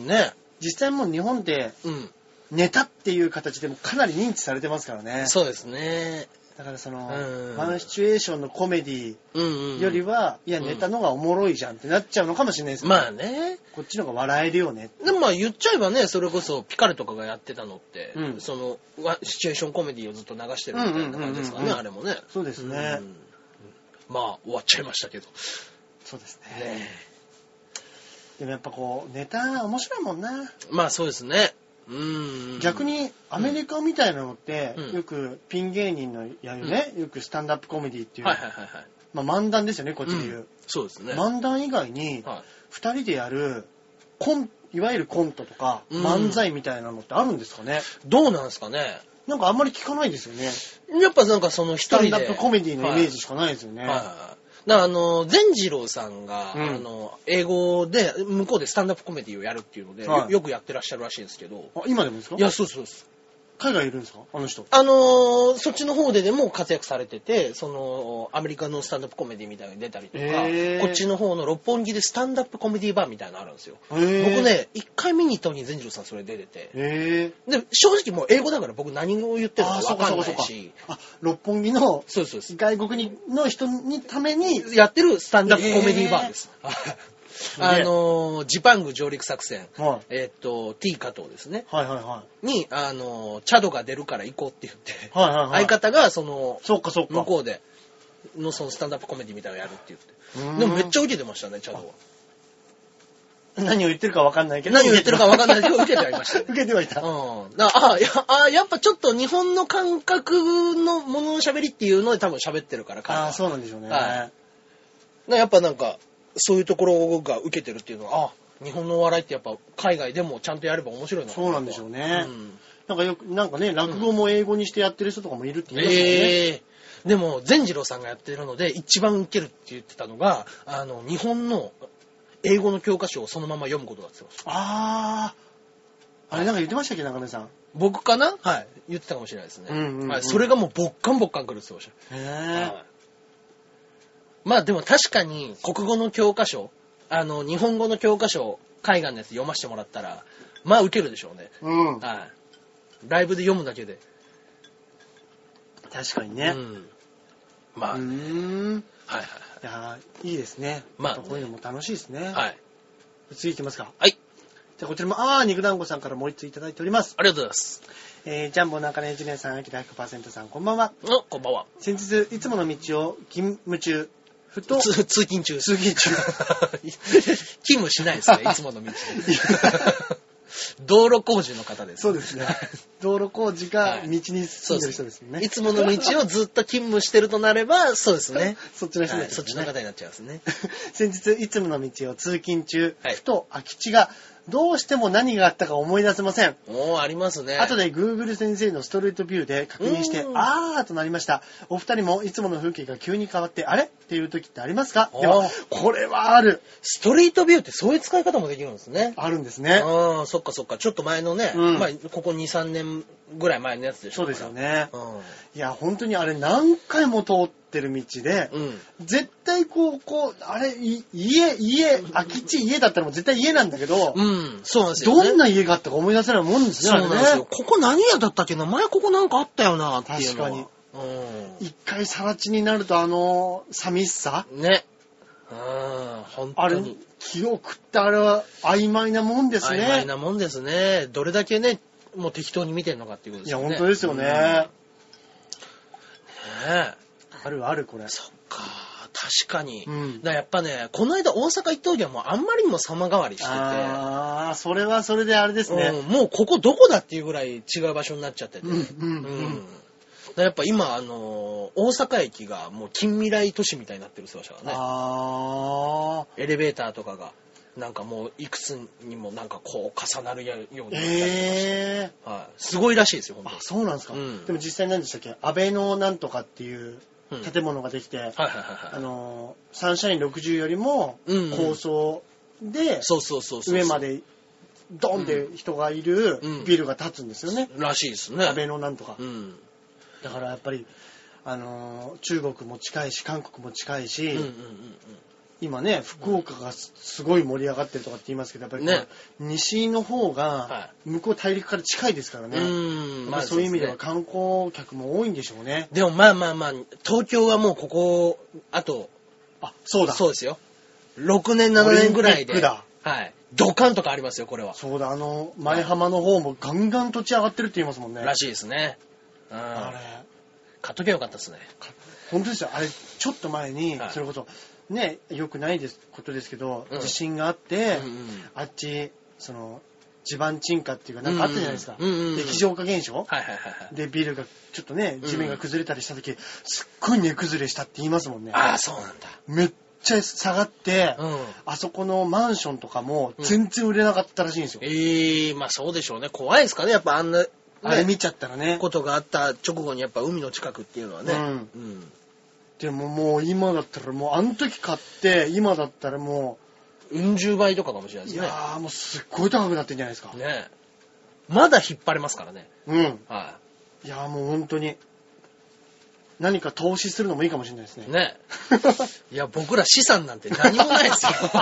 A: ん、ね。
B: 実際もう日本で
A: うん。
B: ネタっていう形でもかなり認知されてますからね。
A: そうですね。
B: だからその、
A: うん
B: ワンシチュエーションのコメディ
A: うん、うん。
B: よりは、いや、
A: うん
B: ネタの方がおもろいじゃんってなっちゃうのかもしれないですけど、
A: まあね。
B: こっちの方が笑えるよね。
A: でもまあ言っちゃえばね、それこそピカルとかがやってたのって、
B: うん
A: そのわシチュエーションコメディをずっと流してるみたいな感じですからね、
B: うんうん
A: あれもね。
B: そうですね
A: うんまあ終わっちゃいましたけど。
B: そうですね。
A: ね
B: でもやっぱこう、ネタ面白いもんな。
A: まあそうですね。うん。
B: 逆。にアメリカみたいなのって、
A: うん
B: よくピン芸人のやるね、よくスタンダップコメディっていう、
A: はいはいはいはい。
B: まあ、漫談ですよねこっちで言う、
A: そうですね。
B: 漫談以外に
A: は
B: 2人でやるコンいわゆるコントとか
A: うん
B: 漫才みたいなのってあるんですかね、
A: い、どうなんですかね。
B: なんかあんまり聞かないですよね
A: やっぱなんかその
B: ス
A: 一
B: タ
A: 人で。
B: ンダップコメディのイメージしかないですよね、
A: はい。はいはいはい。だからあの、善次郎さんが、
B: うん
A: あの、英語で、向こうでスタンダップコメディをやるっていうので、
B: はい
A: よよくやってらっしゃるらしいんですけど。
B: あ今でもですか
A: いや、そうそうそう。
B: 海外いるんですかあの人
A: あのーそっちの方ででも活躍されてて、その、アメリカのスタンダップコメディみたいなのに出たりとか、
B: へー
A: こっちの方の六本木でスタンダップコメディバーみたいなのあるんですよ。
B: 僕
A: 僕ね、一回見に行ったのに善次郎さんそれ出てて、
B: え
A: で、正直もう英語だから僕何を言ってるのか
B: あそ
A: わ
B: うか
A: かん
B: そう
A: な
B: かそう
A: い
B: か
A: し、
B: あ六本木の
A: そうそうそ
B: 外国の人にために
A: う。やってるスタンダップコメディバーです。
B: すげえ
A: [LAUGHS] あのージパング上陸作戦、
B: はい
A: えーっと、T 加藤ですね。
B: はいはいは
A: に、あのーチャドが出るから行こうって言って、
B: いはいはいはい
A: 相方がその、
B: そうかそうか
A: 向こうでのそのスタンダップコメディみたいなのやるって言って。
B: うーん
A: でもめっちゃ受けてましたね、チャドは。
B: 何を言ってるか分かんないけど
A: 何を言ってるか分かんないけど受けてはいましたね
B: [LAUGHS] 受けてはいた
A: うん。だからああ、やああ、やっぱちょっと日本の感覚のものの喋りっていうので多分喋ってるから、彼は
B: ああ、そうなんでしょうね。
A: はなやっぱなんか、そういうところが受けてるっていうのは、あ、日本のお笑いってやっぱ海外でもちゃんとやれば面白いのか
B: そうなんでしょうね
A: ん
B: なんかよく、なんかね、落語も英語にしてやってる人とかもいるって言いますよね。
A: ええでも、善次郎さんがやってるので、一番ウケるって言ってたのが、あの、日本の英語の教科書をそのまま読むことだって言ってました
B: ああ、あれなんか言ってましたっけ、中根さん。
A: 僕かなはい。言ってたかもしれないですね。
B: うんうんうん
A: はい。それがもう、ぼっかんぼっかんくるって言ってまし
B: へ
A: た。
B: え
A: はいまあ、でも確かに、国語の教科書、あの、日本語の教科書、海外のやつ読ませてもらったら、まあ、ウケるでしょうね。
B: うん。
A: はい。ライブで読むだけで。
B: 確かに
A: う
B: ね。
A: ん。
B: う
A: まあ、はい
B: ーん。い
A: はい
B: やーいいですね。
A: まあ
B: やっぱこういうのも楽しいですね。
A: はい。はい。
B: 次いきますか。
A: はい。
B: じゃあこちらも、ああ、肉団子さんからもう一ついただいております。
A: ありがとうございます。
B: えー、ジャンボ中根ジュニアさん、秋田100%さん、こんばんは。
A: お、こんばんは。
B: 先日、いつもの道を勤務中、ふと、
A: つ通勤中。
B: 通勤中
A: [LAUGHS] 勤務しないですね、いつもの
B: [LAUGHS]
A: 道で。道路工事の方です。
B: そうですね。 [LAUGHS] 道路工事か
A: は
B: 道
A: い
B: に住んでる人ですよね。
A: いつもの道をずっと勤務してるとなれば、そうですね。
B: そっちの人
A: は
B: で
A: い
B: す
A: そ
B: よ
A: っちの
B: ね。
A: 方になっちゃいますね。
B: [LAUGHS] 先日、いつもの道を通勤中、
A: はい
B: ふと空き地が、どうしても何があったか思い出せません。
A: もうありますね。
B: 後で Google 先生のストリートビューで確認して
A: う、ん
B: あーとなりました。お二人もいつもの風景が急に変わって、あれっていう時ってありますか
A: あー
B: では、これはある。
A: ストリートビューってそういう使い方もできるんですね。
B: あるんですね。
A: ああ、そっかそっか。ちょっと前のね、
B: うん
A: まあ、ここ2、3年ぐらい前のやつでしょ
B: そうですよ。ね
A: う。ん。
B: いや、本当にあれ何回も通ってる道で、
A: うん。
B: 絶対こう、こう、あれ、い家、家、空き地、家だったらもう絶対家なんだけど、
A: うん、そうなんですよ、ね。
B: どんな家があったか思い出せないもんです
A: そう
B: ね、あ
A: なん
B: れ
A: ですよ。
B: ね。
A: ここ何屋だったっけな前ここなんかあったよな、っていうのは。
B: 確
A: かに。
B: 一回更地になるとあの、寂しさ
A: うん。ね。うん、本
B: あ
A: 当
B: れ
A: に。、
B: 記憶ってあれは曖昧なもんです
A: 曖昧
B: ね。
A: なもんですね。どれだけね、もう適当に見てるのかっていうこと
B: い
A: です
B: や、
A: よね。
B: 本当ですよ
A: うんね
B: ね。
A: え
B: あるある、これ。
A: そっか。確確かに。
B: うん
A: だからやっぱね、この間大阪行った時はもうあんまりにも様変わりしてて。
B: ああ、それはそれであれですね。
A: うん、もうここどこだっていうぐらい違う場所になっちゃってて。
B: うんうんうん
A: だからやっぱ今、あのー大阪駅がもう近未来都市みたいになってるそうでしたからね。
B: ああ。
A: エレベーターとかが、なんかもういくつにもなんかこう重なるようになっちゃって
B: ええ
A: ましたはい。すごいらしいですよ、本
B: あ、そうなんですか。
A: うん
B: でも実際何でしたっけ安倍のなんとかっていう
A: 当に。うん
B: 建物ができて、
A: はいはいはい
B: あ
A: はい。
B: のーサンシャイン60よりも
A: うんうん
B: 高層で
A: そうそうそうそう。
B: 上ま。でドンって人がいる
A: うん
B: ビルが建つんですよね、
A: らしいですね。
B: 安倍のなんとか、
A: うん。
B: だからやっぱり、あのー中国も近いし韓国も近いし、
A: うんうんうんうん。
B: 今ね福岡がすすごい盛り上がってるとかって言いますけどやっぱりこ
A: ね
B: う西の方
A: は
B: が向こう大陸から近いですからね、
A: うん
B: まあ、そういう意味では観光客も多いんでしょうね
A: でもまあまあまあ、東京はもうここ、あと、
B: あそうだ
A: そうですよ。6年、7年ぐらい
B: オリンピック
A: で。
B: だ
A: はい。ドカンとかありますよ、これは。
B: そうだあの前浜の方もガンガン土地上がってるって言いますもんね
A: らしいですね。うん。
B: あれ
A: 買っとけばよかったですね。
B: 本当ですよあれちょっと前に、
A: はい
B: それこそねよくないですことですけど、
A: うん
B: 地震があって、
A: うんうん
B: あっちその地盤沈下っていうかなんかあったじゃないですか、
A: うんうんうん
B: 液状化現象、
A: はいはいはいはい。
B: でビルがちょっとね地面が崩れたりした時、すっごい根崩れしたって言いますもんね
A: ああ、そうなんだ。
B: めっちゃ下がって、
A: うん。
B: あそこのマンションとかも全然売れなかったらしいんですよ、
A: ええまあそうでしょうね。怖いですかね、やっぱあんな、ね、
B: あれ見ちゃったらね
A: ことがあった直後にやっぱ海の近くっていうのはね。
B: うん
A: うん。
B: でももう今だったらもうあの時買って今だったらも
A: うん十倍とかかもしれな
B: う
A: い
B: い
A: です
B: や
A: ね。
B: ーもうすっごい高くなってんじゃないですか、
A: ねまだ引っ張れますからね。
B: うん
A: はい
B: やーもう本当に何か投資するのもいいかもしれないですね
A: い。ねいや、僕ら資産なんて何もないですよ。
B: [LAUGHS]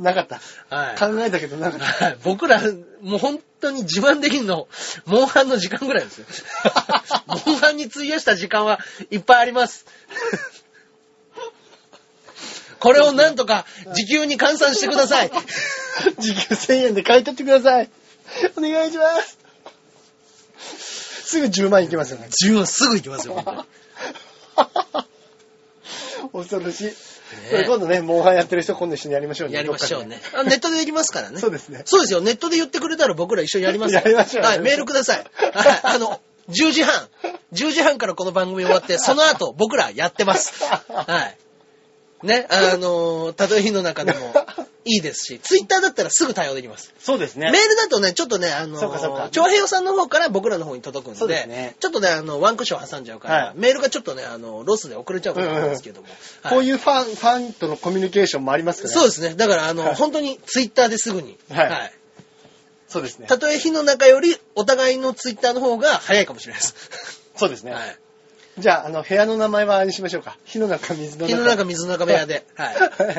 B: なかった、
A: はい。
B: 考えたけどなかった
A: はい僕ら、もう本当に自慢できるの、モンハンの時間ぐらい [LAUGHS] ですよ。モンハンに費やした時間はいっぱいあります。これをなんとか時給に換算してください。
B: [LAUGHS] 時給1000円で買い取ってください。お願いします。すぐ10万いきますよね。 [LAUGHS]
A: 自分はすぐ行きますよ、本当に。
B: 恐ろしい。それ今度ね、モンハンやってる人今度一緒にやりましょうね。
A: やりましょう
B: どっ
A: ね。あネットでできますから
B: かで
A: ね。
B: ね。そうですね。
A: そうですよ。ネットで言ってくれたら僕ら一緒にやりますよ
B: やりましょう
A: はい、メールください。はいあの、10時半。10時半からこの番組終
B: [LAUGHS]
A: わって、その後僕らやってます。はい。ね、あのー、たとえ火の中で
B: [LAUGHS]
A: もいいですし、ツイッターだったらすぐ対応できます。
B: そうです
A: メー。ルだとね、ちょっとね、あの
B: そうかそう
A: ー
B: か、
A: 長平さんの方から僕らの方に届くんで、
B: そうですね
A: ちょっとね、あの、ワンクッション挟んじゃうから、
B: はい
A: メールがちょっとね、あの、ロスで遅れちゃうことがあるんですけども。はい
B: こういうファン、ファンとのコミュニケーションもありますから
A: そうですね。だから、あの、
B: はい
A: 本当にツイッターですぐに。
B: はいそうですね
A: たとえ火の中よりお互いのツイッターの方が早いかもしれないです。
B: そうですね。
A: はい、
B: じゃあ、あの、部屋の名前はあれにしましょうか。火の中、水の中。
A: 火の中、水の中部屋で。はい。は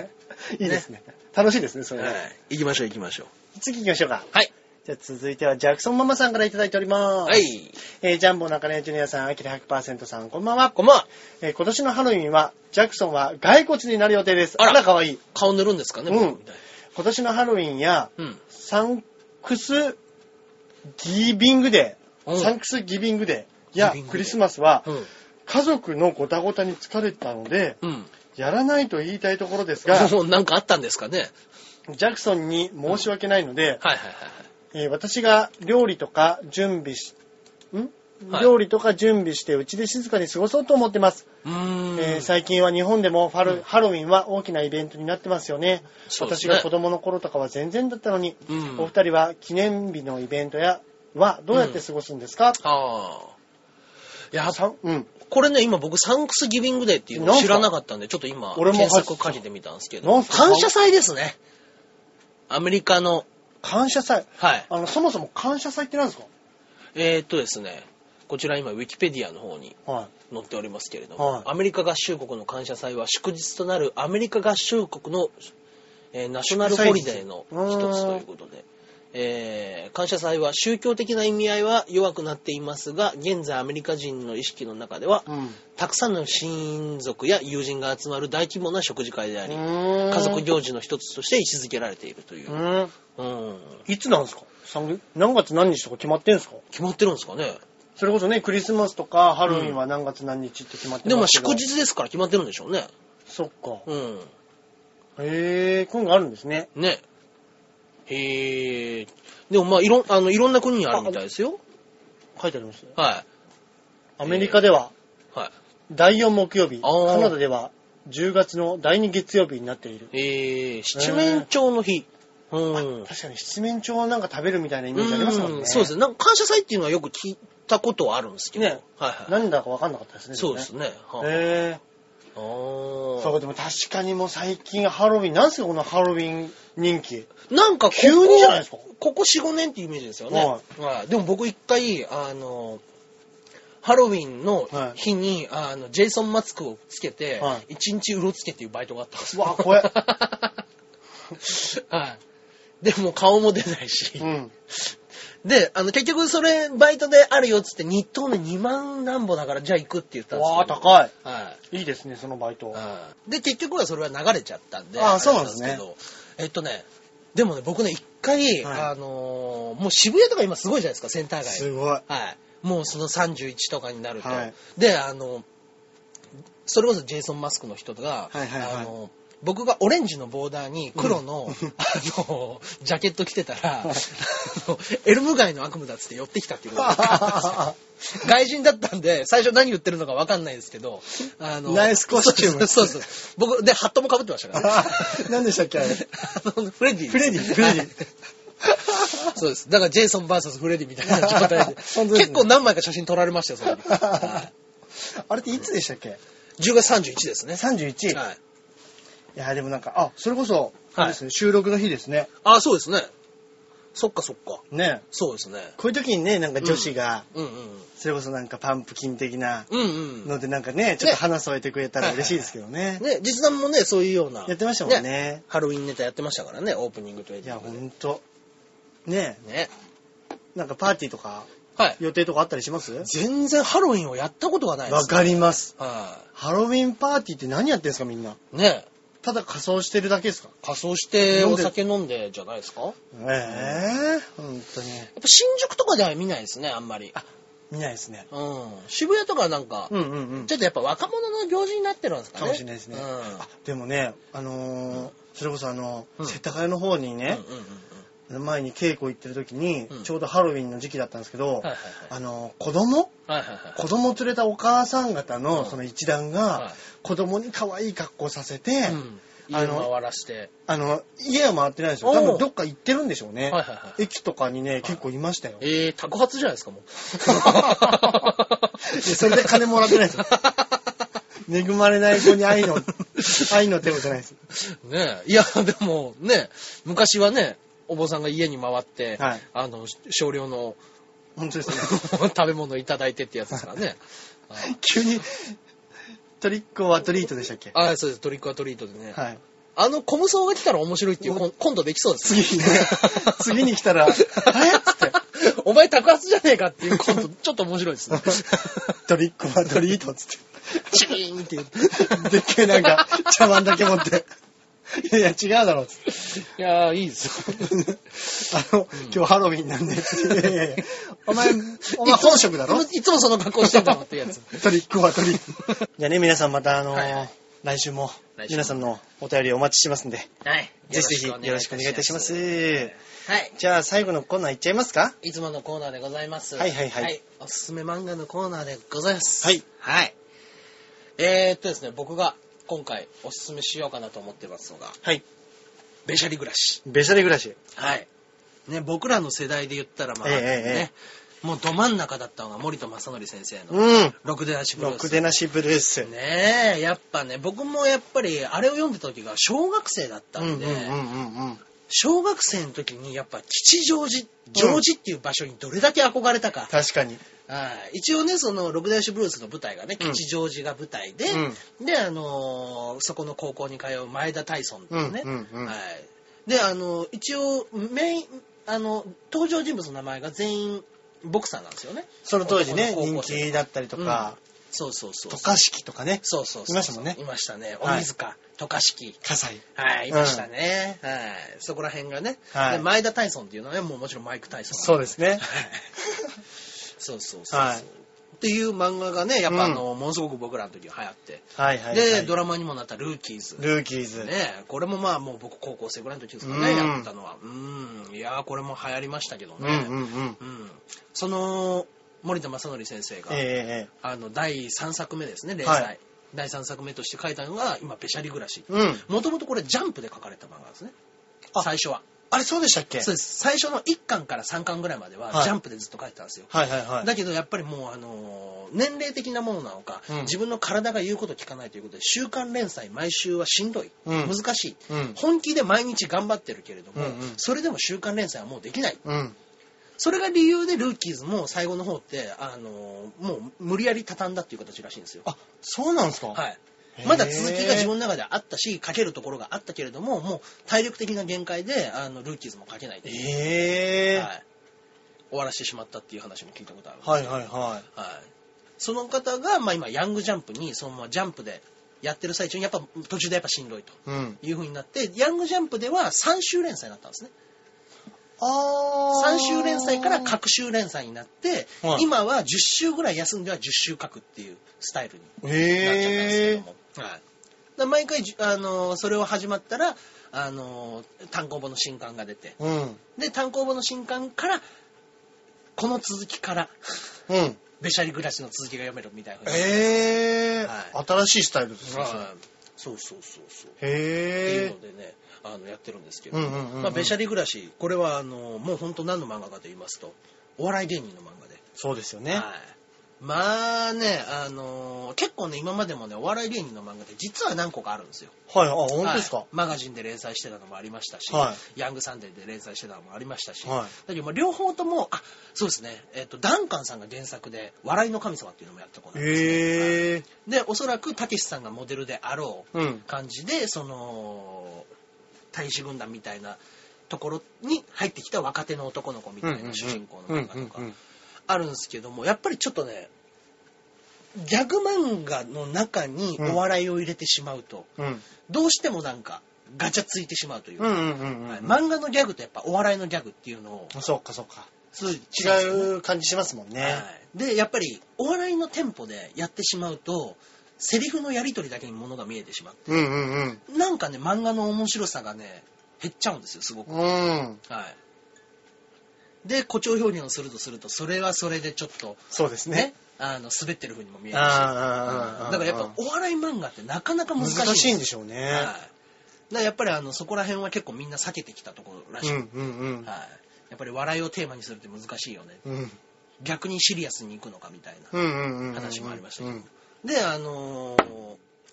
A: い
B: [LAUGHS] 。いいですね。楽しいですね、それね、
A: い。行きましょう、行きましょう。
B: 次行きましょうか。
A: はい。
B: じゃあ続いてはジャクソンママさんからいただいております。
A: はい。
B: えージャンボ中根ジュニアさん、アキラ100%さん、こんばんは。
A: こんばんは。
B: えー今年のハロウィンは、ジャクソンは骸骨になる予定です。
A: あ
B: あ
A: ら
B: ら、かわいい。
A: 顔塗るんですかね、
B: うん
A: 僕みたい
B: 今年のハロウィンや、
A: なうん。
B: サンクスギビングデ
A: う
B: ー、
A: ん
B: サンクスギビングデーや
A: ギビングデー
B: クリスマスは、
A: うん。
B: 家族のごたごたに疲れたので、
A: うん。
B: やらないと言いたいところで
A: [LAUGHS]
B: すが、
A: もうなんかあったんですかね。
B: ジャクソンに申し訳ないので、
A: はいはいはいはい。
B: えー私が料理とか準備し、ん
A: はい
B: 料理とか準備してうちで静かに過ごそうと思ってます、
A: うーん。
B: えー最近は日本でもファル、ハロウィンは大きなイベントになってますよね
A: そうです
B: 私
A: ね
B: が子供の頃とかは全然だったのに、
A: うん
B: お二人は記念日のイベントやはどうやって過ごすんですか、
A: ああ。いや、
B: さんうん、
A: これね、今僕、サンクスギビングデーっていうのを知らなかったんで、ちょっと今、
B: 俺も
A: 検索かけてみたんですけ
B: な
A: ど、
B: んすか
A: 感謝祭ですね。アメリカの、
B: 感謝祭
A: はい。
B: あのそもそも感謝祭って何です
A: えー、っとですね、こちら今、ウィキペディアの方に
B: かはい
A: 載っておりますけれども、
B: はい
A: アメリカ合衆国の感謝祭は祝日となるアメリカ合衆国の、えーナショナルホリデーの一つということで、えー感謝祭は宗教的な意味合いは弱くなっていますが、現在アメリカ人の意識の中では、
B: うん
A: たくさんの親族や友人が集まる大規模な食事会であり、家
B: 家
A: 族行事の一つとして位置づけられているという。
B: うん
A: うん。
B: いつなんですかさん何月何日とか決まってんですか
A: 決まってるんですかね。
B: それこそね、クリスマスとかハロウィンは何月何日って決まって
A: でもまあ
B: ますけど、
A: 祝日ですから決まってるんでしょうね。
B: そっか。
A: うん。
B: へえ、今度あるんですね。
A: ね。へえ。でもまあ、いろん、あの、いろんな国にあるみたいですよ。
B: 書いてあります。
A: は
B: アメリカでは
A: えーはい
B: 第4木曜日、
A: あー
B: カナダでは10月の第2月曜日になっている。
A: い。えー、七面鳥の日。うん。
B: 確かに七面鳥をなんか食べるみたいなイメージありますもん
A: う
B: ね。
A: んそうですね。なんか感謝祭っていうのはよく聞いたことはあるんですけど。
B: ね
A: はいはい。
B: 何だか分かんなかったですね。
A: そうですね。
B: も
A: はい
B: ね。へえ。
A: あー
B: そう、でも確かにもう最近ハロウィン、なんすかこのハロウィン人気。
A: なんかここ
B: 急にじゃないですか
A: ここ4、5年ってイメージですよね。
B: は
A: はいでも僕一回、あの、ハロウィンの日に、あの、ジェイソンマスクをつけて、
B: は
A: 一日うろつけっていうバイトがあったんです
B: うわ怖え
A: [LAUGHS] はい。でも顔も出ないし
B: う。ん。
A: で、あの、結局それ、バイトであるよっつって、日当目2万何ぼだから、じゃあ行くって言ったんですけど。
B: わあ、高い。
A: はい
B: いいですね、そのバイト。
A: い。で、結局はそれは流れちゃったんで。
B: あーそうなんですね
A: あれなんですけど。えっとね、でもね、僕ね、一回、
B: はい
A: あのーもう渋谷とか今すごいじゃないですか、センター
B: す
A: 街。[LAUGHS]
B: ごい。
A: はい。もうその31とかになると。
B: はい
A: で、あの、それこそジェイソン・マスクの人が、
B: はいはいはい
A: あの、僕がオレンジのボーダーに黒の、 [LAUGHS] あの、ジャケット着てたら、あのエルム街の悪夢だっつって寄ってきたっていうことが分かったんですよ外人だったんで、最初何言ってるのか分かんないですけど、あの、
B: ナイスコスチューム
A: そうそうそう。僕、で、ハットも被ってましたから、
B: [LAUGHS] 何でしたっけあ
A: [LAUGHS] あ
B: れ。
A: のフレディ。
B: フレディフレデ
A: はい
B: ィ
A: そうです。だから、ジェイソン VS フレディみたいな状態で。
B: [LAUGHS] 本当ですね
A: 結構何枚か写真撮られましたよ、その時。
B: [LAUGHS]
A: は
B: あれっていつでしたっけ
A: い10月31ですね。
B: ?31。
A: はい。
B: いや、でもなんか、あ、それこそ、
A: はい
B: あれですね収録の日ですね。
A: あ、そうですね。そっかそっか。
B: ね。
A: そうですね。
B: こういう時にね、なんか女子が、
A: うんうん。
B: それこそなんかパンプキン的な
A: うんうん。
B: ので、なんかね、ちょっと花添えてくれたら嬉しいですけどね。
A: ね、実弾もね、そういうような。
B: やってましたもんね。。
A: ハロウィンネタやってましたからね、オープニングとエン
B: い
A: ディ
B: や、
A: ン
B: ほ
A: グで。
B: んと。ね
A: ね。
B: なんかパーティーとか、
A: はい。
B: 予定とかあったりします
A: 全然ハロウィンをやったことがないで
B: わ
A: す。
B: かります。
A: は
B: ハロウィンパーティーって何やってんすか、みんな。
A: い。ね。
B: ただ仮装してるだけですか
A: 仮装して
B: 飲ん
A: お
B: で
A: 酒飲んでじゃないですかやっ
B: ええほんとに。
A: ぱ新宿とかでは見ないですね、あんまり。
B: 見ないですね。
A: うん。渋谷とかなんか、
B: うんうんうん
A: ち。ょっとやっぱ若者の行事になってるんですかね。
B: かもしれないですね
A: うん。
B: あでもね、あのーそれこそあの、
A: うん
B: 世田谷の方にね、
A: うんうんうん
B: 前に稽古行ってる時に、
A: うん
B: ちょうどハロウィンの時期だったんですけど、
A: うん。はいはい
B: あのー子供
A: はい。はいはいはい。
B: 子供連れたお母さん方
A: うん
B: のその一団
A: は
B: が
A: い、
B: 子供に可愛い格好させて、
A: うん。
B: あ
A: 家
B: の
A: を回らして。
B: あの、家は回ってないんですよ。
A: おう
B: 多分どっか行ってるんでしょう
A: は
B: ね。
A: いはいはい
B: 駅とかにね、結構いましたよ。
A: えー、宅発じゃないですか、もう。
B: でそれで金もらってないです
A: [LAUGHS]
B: よ。恵まれない子に愛の、愛の手をじゃないです。
A: [LAUGHS] ねえ。いや、でもね、昔はね、お坊さんが家に回って、
B: はい
A: あの、少量の [LAUGHS]
B: 本当ですね。
A: 食べ物をいただいてってやつですからね。はい
B: 急に、トリックオアトリートでしたっけ
A: あそうです。トリックアトリートでね。
B: はい。
A: あの、コムソーが来たら面白いっていうコンコントできそうですね。[LAUGHS]
B: [LAUGHS] 次にね次に来たら、えっつって、
A: お前宅発じゃねえかっていうコント、ちょっと面白いですね。
B: トリックオアトリートっつ
A: [LAUGHS] チキーンって言って。
B: って。でっけえなんか、茶碗だけ持って。いやいや、違うだろ、つって。
A: いやー、いいですよ。
B: あの、今日ハロウィンなんで、つって。いやいやいやお前、お前本職だろ
A: いつもいつもその格好してんだもんってやつ。
B: トリックはトリック。じゃあね、皆さんまたあのー
A: はいはい
B: 来週も
A: 来週も
B: 皆さんのお便りお待ちしてますんで、
A: [LAUGHS] はい。
B: ぜひぜひよろしくお願いいたしま。す。
A: はい。
B: じゃあ最後のコーナーいっちゃいますか
A: いつものコーナーでございます。
B: はいはいはい
A: おすすめ漫画のコーナーでございます。
B: はい。
A: はい。えー、っとですね、僕が今回おすすめしようかなと思ってますのが、
B: はい。
A: ベシャリ暮らし。
B: ベシャリ暮らし。
A: はい。ね、僕らの世代で言ったら、まあ、
B: ええええ
A: ね、もうど真ん中だったのが森田正則先生の、
B: うん。
A: ろくでなしブル
B: ろ
A: ー
B: く
A: ス。
B: でなしブルース。
A: ねえ、やっぱね、僕もやっぱり、あれを読んでた時が小学生だった
B: うんう
A: ん
B: んうん
A: で、
B: うんうん。
A: 小学生の時にやっぱ吉祥寺、常寺っていう場所にどれだけ憧れたか。
B: 確かに。
A: はい一応ね、その、六大師ブルースの舞台がね、
B: うん
A: 吉祥寺が舞台で、
B: う
A: で、あのーそこの高校に通う前田大尊っていうね、
B: うんうんうん
A: はい。で、あのー一応、メイン、あの、登場人物の名前が全員、ボクサーなんですよね。
B: その当時ね、
A: 男の
B: 人
A: 高校生
B: 気だったりとか、
A: そうそうそう。
B: 渡嘉敷とかね、
A: そうそうそう。
B: いましたもんね
A: いましたね。
B: はい
A: 鬼塚、渡嘉敷。
B: 葛西。
A: はい、いましたね。はい。そこら辺がね。
B: はい
A: で前田大尊っていうのはね、もうもちろんマイク・タイソン。 [LAUGHS]
B: そうですね。
A: はいそうそうそうそう。
B: はい
A: っていう漫画がね、やっぱあの、ものすごく僕らの時は流行って。
B: はいはい、はい。
A: で、ドラマにもなったルーキーズ。
B: ルーキーズ。
A: ね、これもまあもう僕高校生ぐらいの時ですかね、
B: うん
A: やったのは。うん。いやー、これも流行りましたけど
B: うんうん
A: ね。
B: うん。
A: うんその、森田正則先生が、
B: ええ
A: あの、第3作目ですね、連載。
B: はい
A: 第3作目として書いたのが、今、べしゃり暮らし。
B: ええうん。
A: もともとこれ、ジャンプで書かれた漫画ですね。
B: あ
A: 最初は。
B: あれそうでしたっけ
A: そうです。最初の1巻から3巻ぐらいまで
B: は
A: は、
B: い
A: ジャンプでずっと書いてたんですよ。
B: はいはいはい。
A: だけど、やっぱりもう、あのー年齢的なものなのか、
B: うん
A: 自分の体が言うこと聞かないということで、週刊連載、毎週はしんどい。
B: うん
A: 難しい。
B: うん。
A: 本気で毎日頑張ってるけれども、
B: うんうん
A: それでも週刊連載はもうできない。
B: うん。
A: それが理由でルーキーズも最後の方って、あのーもう無理やり畳んだっていう形らしいんですよ。
B: あ、そうなんですか
A: はい。
B: へー
A: まだ続きが自分の中であったし、書けるところがあったけれども、もう体力的な限界で、あの、ルーキーズも書けないっていう
B: ええ
A: はい。終わらしてしまったっていう話も聞いたことある。
B: はいはいは
A: はい。その方が、まあ今、ヤングジャンプに、そのままジャンプでやってる最中に、やっぱ途中でやっぱしんどいと
B: い。うん。
A: いう風になって、ヤングジャンプでは3週連載だったんですね。
B: あー。
A: 3週連載から各週連載になって、
B: はい
A: 今は10週ぐらい休んでは10週書くっていうスタイルになっちゃったんですけど
B: ええ
A: も。はい。だから毎回じ、あのー、それを始まったら、あのー、単行本の新刊が出て、
B: うん。
A: で、単行本の新刊から、この続きから、
B: うん。
A: べしゃり暮らしの続きが読めるみたいな風に。
B: ええ
A: は
B: 新しいスタイルですね。
A: はいそうそうそうそう。っていう
B: へ
A: のでね、あのやってるんですけ
B: え。
A: ど、
B: うんうんうんうん。
A: まあ、べしゃり暮らし、これはあのもう本当何の漫画かと言いますと、お笑い芸人の漫画で。
B: そうですよね
A: は。いまあね、あの結構ね、今までもね、お笑い芸人の漫画って実は何個かあるんですよ。
B: はい、あ、本当です
A: はい
B: か
A: マガジンで連載してたのもありましたし、
B: は
A: ヤングサンデーで連載してたのもありましたし、
B: はい
A: だけどまあ両方とも、あ、そうですね、えっ、と、ダンカンさんが原作で、笑いの神様っていうのもやった子なんですね
B: へえ。
A: で、おそらく、たけしさんがモデルであろう
B: うん。
A: 感じで、その、大使軍団みたいなところに入ってきた若手の男の子みたいな主人公の漫画とか
B: うんうんうん
A: あるんですけども、やっぱりちょっとね、ギャグ漫画の中にお笑いを入れてしまうと、
B: うん。
A: どうしてもなんかガチャついてしまうという
B: う
A: か、
B: んうんうんうん
A: はい
B: うん。
A: 漫画のギャグとやっぱお笑いのギャグっていうのを、
B: そうかそうか。
A: そう
B: 違う感じしますもんね。
A: はいで、やっぱりお笑いのテンポでやってしまうと、セリフのやり取りだけにものが見えてしまう。
B: うんうんうん。
A: なんかね、漫画の面白さがね、減っちゃうんですよ、すごく。
B: うん。
A: はい。で、誇張表現をするとすると、それはそれでちょっと、
B: そうですね
A: ね。、あの、滑ってる風にも見えるし。
B: あーあーあーあ
A: うん
B: ー
A: だからやっぱお笑い漫画ってなかなか難しい。
B: 難しいん
A: で
B: ですしょう
A: ね。はい。
B: ね
A: だ。からやっぱりあの、そこら辺は結構みんな避けてきたところらし
B: う
A: い。
B: んうんうん
A: はい。やっぱり笑いをテーマにするって難しいよね。
B: うん。
A: 逆にシリアスに行くのかみたいな。
B: うんうんうんうん。
A: 話もありましたけ
B: う
A: ど
B: ん。
A: で、あのー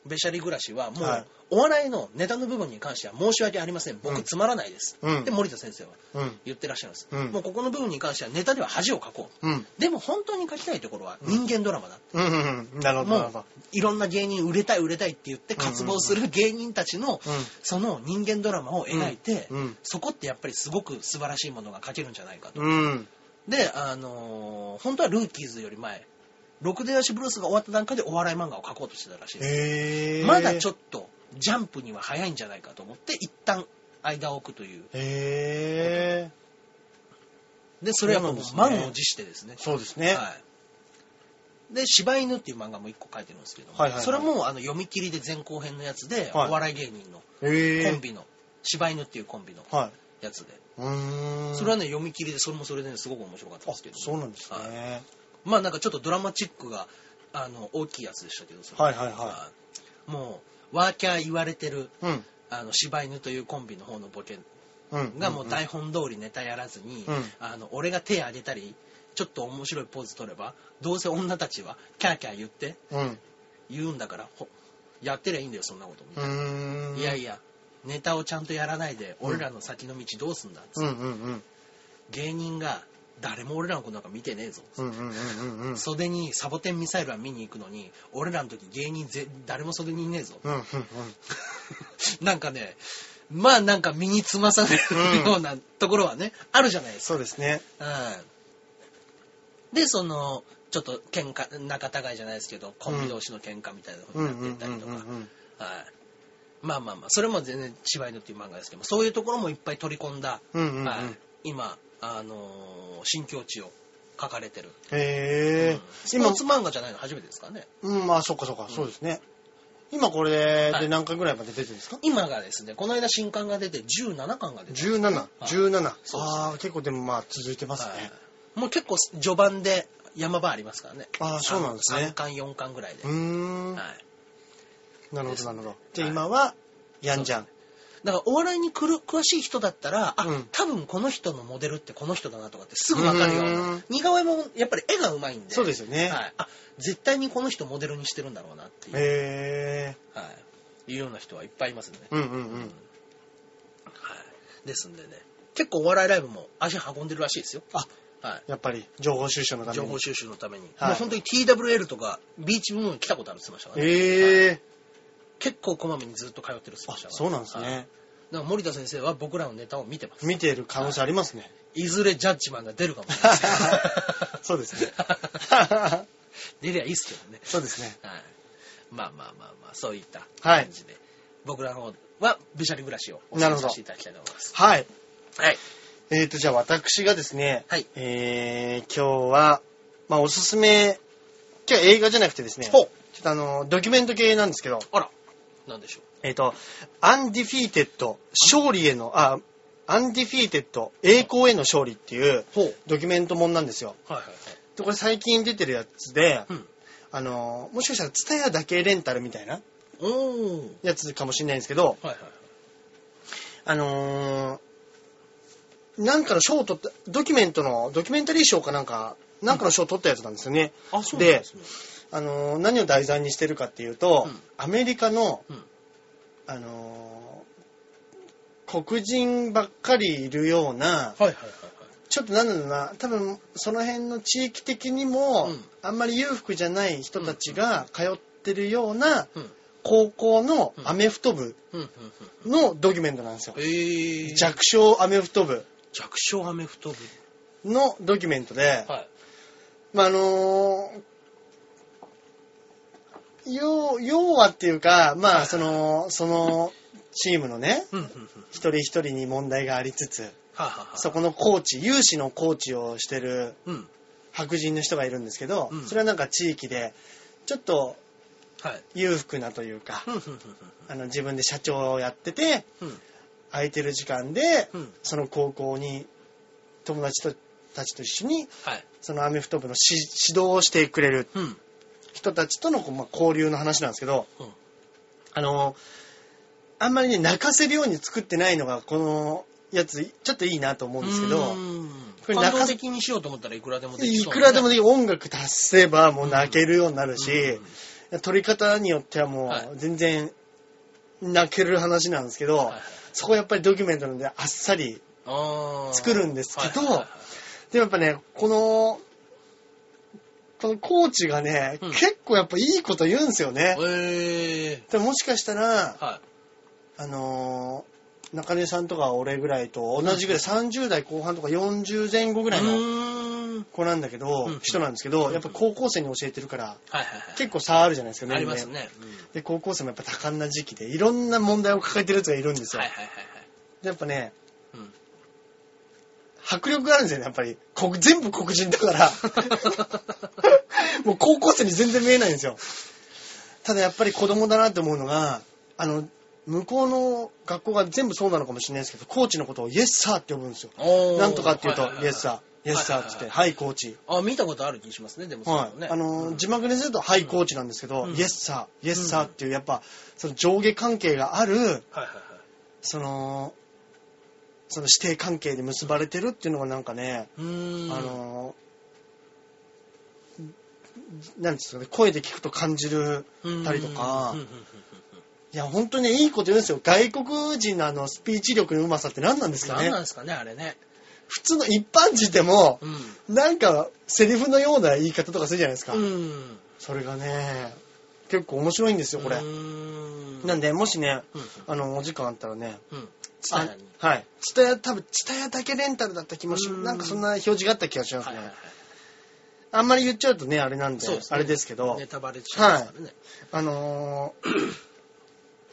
A: べしゃり暮らしはもう、
B: はい
A: お笑いのネタの部分に関しては申し訳ありません。
B: う
A: 僕
B: ん
A: つまらないです。
B: うん
A: で、森田先生は
B: うん。
A: 言ってらっしゃるんです。
B: うん
A: もうここの部分に関してはネタでは恥をかこう。
B: うん。
A: でも本当に書きたいところは人間ドラマだ。
B: うんうんうん。なるほど、なる
A: も
B: ほど
A: う。いろんな芸人売れたい売れたいって言って渇望する芸人たちの、
B: うん
A: その人間ドラマを描いて、
B: うん
A: そこってやっぱりすごく素晴らしいものが書けるんじゃないかと。
B: うん。
A: で、あのー本当はルーキーズより前、ロクデヤシブルースが終わった段階でお笑い漫画を描こうとしてたらしいです。
B: へえ。
A: まだちょ
B: っ
A: っとジャンプには早いんじゃないかと思って、一旦間を置くという。
B: と。へえ。
A: で、それはもう
B: そうなんですね
A: 満を持してですね。
B: そうですね。
A: はい。で、柴犬っていう漫画も一個書いてるんですけども、
B: はいはいはい
A: それもあの読み切りで前後編のやつで、
B: はい
A: お笑い芸人の
B: へえ。
A: コン。ビの、柴犬っていうコンビの
B: は
A: やつで、
B: い。うーん。
A: それはね、読み切りで、それもそれで、ね、すごく面白かったん
B: あ
A: ですけど、
B: そうなんです
A: はい
B: ね。
A: まあなんかちょっとドラマチックが、あの、大きいやつでしたけど、それ
B: はいはいは
A: はいもう、ワーキャー言われてる、
B: い。うん。
A: あの、柴犬というコンビの方のボケ
B: うん。
A: がもう台本通りネタやらずに、
B: うん
A: あの俺が手あげたりちょっと面白いポーズ取ればどうせ女たちはキャーキャー言って
B: うん。
A: 言うんだからほやってりゃいいんだよそんなことみ
B: う
A: たい
B: ーん。
A: な、いやいやネタをちゃんとやらないで俺らの先の道どうすんだっつって、
B: うんうんうん。
A: 芸人が誰も俺らのことなんか見てねえぞ、
B: うんうんうんうんうん。
A: 袖にサボテンミサイルは見に行くのに俺らの時芸人ぜ誰も袖にいねえぞ、
B: うんうんうん。
A: [LAUGHS] なんかねまあなんか身につまされるようなところはね、あるじゃないですか
B: そうですね。
A: うんでそのちょっと喧嘩仲違いじゃないですけどコンビ同士の喧嘩みたいなこと
B: うん
A: にな
B: う
A: っ
B: んう
A: てい
B: ん
A: ったり
B: うん
A: と
B: う
A: か、はい
B: ん。
A: まあまあまあそれも全然芝居のっていう漫画ですけどもそういうところもいっぱい取り込んだ、
B: うんうんうん
A: はい、今あのー新境地を書かれてる。
B: へえ。
A: スポーツ漫画じゃないの初めてですからね。
B: 今、うん、まあ、そっかそっか、そうですね。今これ
A: は
B: で
A: い
B: 何巻ぐらいまで出てるんですか、
A: 今がですね、この間新刊が出て17巻が出てる
B: ?17、17。
A: そうですね
B: ああ、結構でもまあ続いてますね。
A: はいもう結構序盤で山場ありますからね。
B: ああ、そうなんです
A: 3
B: ね。
A: 巻、4巻ぐらいで。
B: うーん。
A: は。
B: ないるほど、なるほど。で、
A: はい
B: 今は、やんじゃん。
A: だからお笑いにくる詳しい人だったら、あ、
B: うん
A: 多分この人のモデルってこの人だなとかってすぐわかるよう
B: う。
A: なん似顔絵もやっぱり絵がうまいんで。
B: そうですよね。
A: はい。あ、絶対にこの人モデルにしてるんだろうなっていう、
B: へえ。
A: はい。いうような人はいっぱいいますね。
B: うんうんうん。
A: はい。ですんでね。結構お笑いライブも足運んでるらしいですよ。
B: あ、
A: は
B: やっぱり、情報収集のた
A: い。
B: め
A: 情
B: に
A: 報。収集のために。
B: はい
A: もう本当に TWL とかビーチ部門に来たことあるって言ってましたからね。
B: ええ。
A: 結構こまめにずっと通ってるって言
B: あ
A: ってました、から
B: そうなんです
A: はい
B: ね。
A: だから森田先生は僕らのネタを見てます。
B: 見てる可能性ありますね。
A: いずれジャッジマンが出るかもしれない。
B: [LAUGHS] そうですね。
A: [LAUGHS]
B: [LAUGHS]
A: 出りゃいいっすけどね。
B: そうですね。
A: はい。まあまあまあまあ、そういった
B: はい
A: 感じで、僕らの方は、べしゃり暮らしをお
B: な
A: 伝え
B: るほど
A: させていただきたいと思います。
B: はい。
A: はい。
B: えーと、じゃあ私がですね、
A: はい
B: えー、今日は、まあおすすめ、今日は映画じゃなくてですね、ち
A: ほ
B: ょ
A: う
B: っとあの、ドキュメント系なんですけど、
A: あら、なんでしょ
B: えーと、アンディフィーテッド、勝利への、あ、アンディフィーテッド、栄光への勝利っていう
A: う。ほう。
B: ドキュメントもんなんですよ。
A: はいはいはい。
B: でこれ最近出てるやつで、
A: うん
B: あの、もしかしたらツタヤだけレンタルみたいな
A: おー。
B: やつかもしれないんですけど、
A: はいはいはい。
B: あのー、なんかの賞を取った、ドキュメントの、ドキュメンタリー賞かなんか、なんかの賞を取ったやつなんですよね。
A: あ、そうなんですね。
B: あのー何を題材にしてるかっていうと、
A: うん
B: アメリカの、
A: うん
B: あのー黒人ばっかりいるような、
A: はいはいはい
B: ちょっとなんだろうな、多分その辺の地域的にも、
A: うん
B: あんまり裕福じゃない人たちが通ってるような
A: うん
B: 高校の
A: うん
B: アメフト部
A: はい。うんうん
B: のドキュメントなんですよ
A: うん。。えー。
B: 弱小アメフト部
A: 弱小アメフト部。
B: のドキュメントで、
A: はい。
B: まあ、あのー、要要はっていうか、まあ、その、その、チームのね、
A: うんうんうん。
B: 一人一人に問題がありつつ、
A: はいはいはい。
B: そこのコーチ、有志のコーチをしてる
A: うん。
B: 白人の人がいるんですけど
A: う、ん
B: それはなんか地域で、ちょっと
A: はい。
B: 裕福なというか
A: う、んうん
B: あの自分で社長をやってて、
A: うんうん。
B: 空いてる時間で、
A: うん。うん。
B: その高校に友達とたちと一緒に、
A: はい。
B: そのアメフト部のし指導をしてくれる
A: うん。うん。
B: 人たちとのこう、まあ、交流の話なんですけど、
A: うん
B: あのあんまりね泣かせるように作ってないのがこのやつちょっといいなと思うんですけどこ
A: こ
B: れ
A: れ
B: 中
A: 中的にしようと思ったらいくらでもでき
B: い
A: そう
B: くらでも
A: で
B: できる音楽足せばもう泣けるようになる
A: き
B: し、撮り方によってはも
A: は
B: う全然泣ける話なんですけど、そこはやっぱりドキュメントなのであっさり作るんですけどでもやっぱねこのこのコーチがね、
A: うん
B: 結構やっぱいいこと言うんですよね。
A: え
B: でももしかしたら、
A: ー、は
B: あのー中根さんとか俺ぐらいと同じぐらい30代後半とか40前後ぐ
A: い。
B: らいうの
A: ーん
B: 子なんだけど、
A: うん
B: 人なんですけど、
A: うん
B: やっぱ高校生に教えてるから、
A: はいはいはい。
B: 結構差あるじゃないですか、
A: あ
B: 年
A: りま
B: 齢
A: すね。うん
B: で、高校生もやっぱ多感な時期で、いろんな問題を抱えてるやつがいるんですよ。
A: はいはいはい
B: でやっぱね、
A: うん
B: 迫力があるんですよね、やっぱり。黒全部黒人
A: [LAUGHS]
B: だから。もう高校生に全然見えないんですよ。ただやっぱり子供だなって思うのが、あの、向こうの学校が全部そうなのかもしれないですけど、コーチのことをイエスサーって呼ぶんですよ。
A: はい。
B: なんとかっていうと、イエス
A: ー
B: サー、イエスサーって言って、
A: はい
B: はい、コーチ。
A: あ、見たことある気しますね、でもそう
B: はい。
A: ね。
B: あのー、字
A: 分
B: 幕ですると、はい、コーチなんですけど、
A: うん
B: イエスサー、イエスサーっていう、やっぱ、その上下関係がある、
A: はいはいはい。
B: その、その指定関係で結ばれてるっていうのがなんかね、
A: うーん。
B: あのー、なんですかね、声で聞くと感じる、
A: うん、
B: たりとか
A: うんうんうんうん
B: いや、本当にねいいこと言うんですよ。外国人のあの、スピーチ力のうまさって何なんですか
A: 何
B: ね
A: なん。ですかね、あれね。
B: 普通の一般人でも、
A: うん。
B: なんか、セリフのような言い方とかするじゃないですか。
A: うん。
B: それがね、結構面白いんですよ、これ
A: う。ーん。
B: なん
A: で、
B: で、もしね、
A: うん。
B: あの、お時間あったらね、
A: うん。伝えに。
B: あはい。ツタヤ、多分、ツタヤだけレンタルだった気もし、
A: うん
B: なんかそんな表示があった気がします
A: はい
B: ね。
A: はいはい。
B: あんまり言っちゃうとね、あれなんで、
A: そうですね
B: あれですけど [CLEARS THROAT]
A: ネ、タバレしちゃいますからね。
B: あのー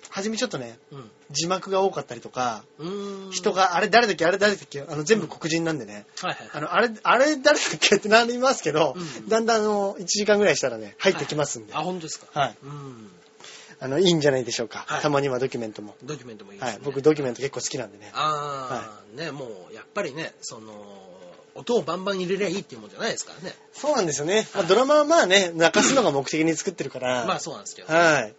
B: 初めちょっとね、
A: うん。
B: 字幕が多かったりとか、
A: うーん。
B: 人。が、あれ誰だっけあれ誰だっけあの、全部黒人なんでね。
A: はいはい。
B: あの、あれ、あれ誰だっけってなりますけど、
A: うん
B: だんだんあの、1時間ぐらいしたらね、入ってきますんで。
A: あ、本当ですか。
B: はい。
A: うん。
B: あの、いいんじゃないでしょうか。
A: はい
B: たまにはドキュメントも。
A: ドキュメントもいいです
B: は
A: ね。
B: い。僕、ドキュメント結構好きなんでね。
A: ああ、ね、もう、やっぱりね、その、音をバンバン入れりゃいいっていうもんじゃないですからね。
B: そうなんですよね。まあ、ドラマはまあね、泣かすのが目的に作ってるから。
A: まあそうなんですけど。
B: はい。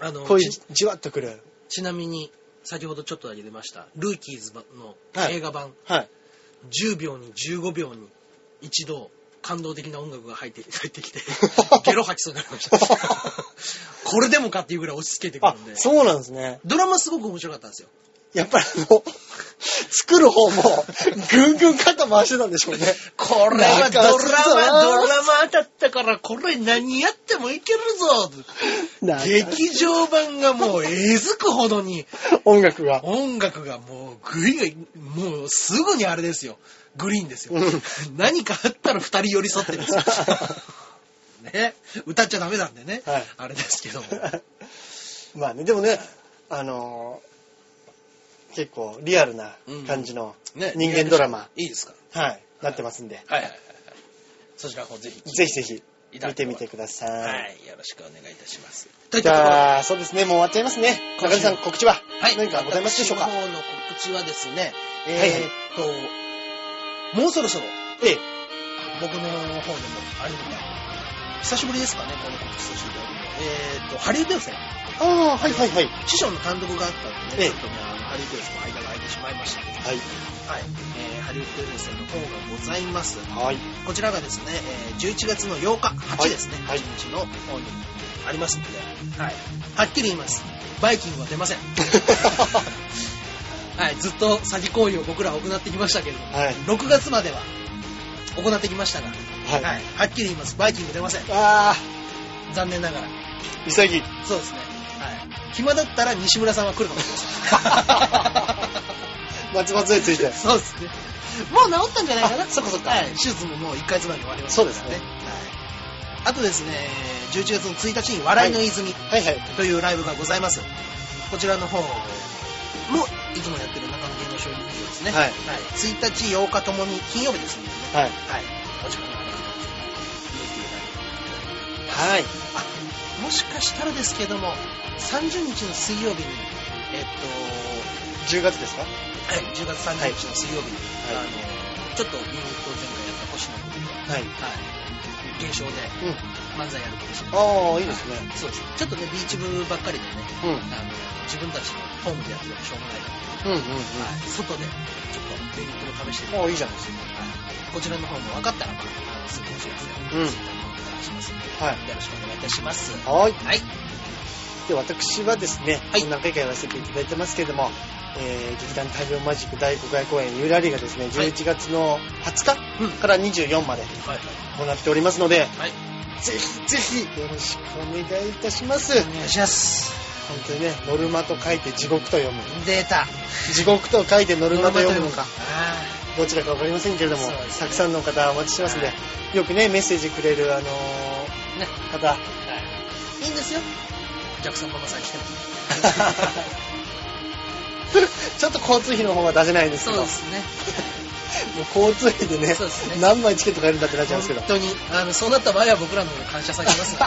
A: あの、
B: こういう
A: ち
B: じわっとくる。
A: ちなみに、先ほどちょっとだけ出ました、ルーキーズの
B: はい
A: 映画版、
B: はい。
A: 10秒に15秒に一度、感動的な音楽が入って入ってき
B: [LAUGHS]
A: て、ゲロ吐きそうになりました。これでもかっていうぐらい落ち着けてくる
B: あ
A: んで、。
B: そうなんですね。
A: ドラマすごく面白かったんですよ。
B: やっぱりあの、作る方も、ぐんぐん肩回してたんでしょうね。
A: これはドラ
B: 泣かすぞ
A: マ、ドラマだったから、これ何やってもいけるぞ
B: な
A: 劇場版がもうえずくほどに、
B: 音楽が。
A: 音楽がもうグイグイ、もうすぐにあれですよ。グリーンですよ。 [LAUGHS] 何かあったら二人寄り添ってるんですよ。ね。歌っちゃダメなんでね。
B: はい
A: あれですけ
B: [LAUGHS]
A: ども。
B: [LAUGHS] まあね、でもね、あのー結構リアルな感じの
A: ね
B: 人間ドラマ、。
A: いいですか
B: はい、なってますんで、
A: はいはいはい。そちらの方ぜひ。
B: ぜひぜひ
A: いただけ
B: 見て
A: れば
B: みてください。
A: はい。よろしくお願いいたします。といっ
B: じ
A: たところで
B: ゃあ、そうですね、もう終わっちゃいますね。
A: 今
B: 中
A: 週
B: 根さん、告知は、
A: はい。
B: 何かございますでしょうか
A: 私の方の告知はですね、え
B: はいはい
A: ーっと、もうそろそろ
B: ええ、
A: 僕の方でもあれみたい久しぶりですかね、この告知させていただくのえーっと、ハリウッド予選、
B: ああ、はいはいはい。
A: 師匠の単独があったんでね、
B: ええ
A: ちょっとね、あのハリウッド予選の間が空いてしまいましたけど、
B: はい。
A: はい。えーハリウッド予選の方がございます。
B: はい。
A: こちらがですね、えー11月の8日、8ですね、
B: はい
A: 8日の方にありますので、はい。はっきり言います。バイキングは出ま
B: [LAUGHS]
A: せん。はい、ずっと詐欺行為を僕らは行ってきましたけれども、
B: はい
A: 6月までは行ってきましたが、
B: はい
A: はいはっきり言います、バイキング出ません。
B: ああ、
A: 残念ながら。
B: 潔い。
A: そうですね。はい。暇だったら西村さんは来るかもし [LAUGHS]
B: 松松につい
A: れ
B: て
A: ません。。そうですね。もう治ったんじゃないか [LAUGHS] な。
B: あそっかそっか
A: はい。手術ももう1ヶ月前に終わりました
B: そ
A: か
B: う
A: ら
B: ですね。
A: はい。あとですね、11月の1日に笑いの泉
B: はいはい。
A: というライブがございます。こちらの方も、いつもやってる中野芸能小劇場ですね。
B: はい
A: 1日、8日ともに金曜日ですね。
B: はい。
A: はい。お時間があれば
B: はい。
A: あ、もしかしたらですけども、30日の水曜日に、えっ
B: 10月ですか
A: と、はい、10月30日の水曜日に、
B: はいはい
A: あの、ちょっと見に行こう前回やった星野君が、
B: はい。
A: はい、現象で
B: うん。
A: 漫才やるかもしれない。
B: ああ、いいですね。
A: そうです。ちょっとね、ビーチ部ばっかりでね、
B: うん
A: あの自分たちのホームでやっててもしょうがないから、
B: うんうんう
A: は
B: ん。
A: い、外でちょっとメリットを試してみて
B: もういいじゃないですか。
A: こちらの方も分かったら、まあ、あのすぐお知らせ
B: う
A: を
B: ん
A: ツイッターの方からしますので、
B: はい
A: よろしくお願いいたします。
B: はい。
A: はい。
B: で、私はですね、
A: はい
B: 何回かやらせていただいてますけれども、えー、劇団太陽マジック第5回公演、三浦リーがですね、
A: はい
B: 11月の
A: う
B: 20
A: ん
B: 日から24まで
A: はい。
B: 行っておりますので、
A: はい。
B: ぜひぜひよろしくお願いいたします。
A: お願いします。
B: 本当にね、ノルマと書いて地獄と読む。
A: データ。
B: 地獄と書いてノルマと読むのか。
A: あ
B: どちらかわかりませんけれども、
A: そうですね
B: たくさんの方お待ちしてますんで
A: は、
B: よくね、メッセージくれる、あの
A: あ。ね。
B: ー方、
A: はい。いいんですよ。ジャクソンママさん来ても。
B: [LAUGHS]
A: [LAUGHS]
B: ちょっと交通費の方は出せないんですけど、
A: すね。
B: もう交通費でね
A: そうですね
B: 何枚チケット買えるんだってなっちゃうんですけど
A: 本、当に、あの、そうなった場合は僕らの方に感謝されて [LAUGHS] ますの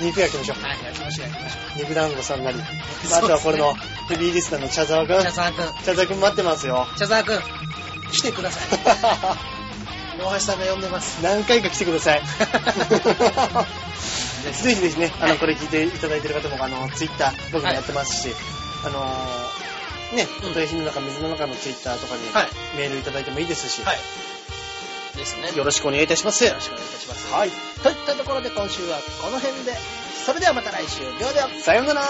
A: で。
B: 肉焼きましょう。
A: はい、やりましょう、やりましょ
B: 肉団子さんなり、
A: すね
B: あとはこれのヘビーリスナーの茶沢くん
A: う。、茶沢くん、
B: 茶沢くん待ってま
A: [LAUGHS]
B: すよ。
A: 茶沢くん、来てください。大橋さんが呼んでます。
B: 何回か来てく
A: [LAUGHS]
B: ださい。
A: です
B: ぜひぜひね、あ
A: は
B: の、
A: い
B: これ聞いていただいてる方も、あの、ツイッター、僕もやってますし、あのー、ね、
A: うん
B: おとひの中、水の中のツイッターとかに
A: はい
B: メールいただいてもいいですし、
A: はい。ですね。
B: よろしくお願いいたします。
A: よろしくお願いいたします。
B: はい。
A: といったところで今週はこの辺で、それではまた来週、秒では
B: さようなら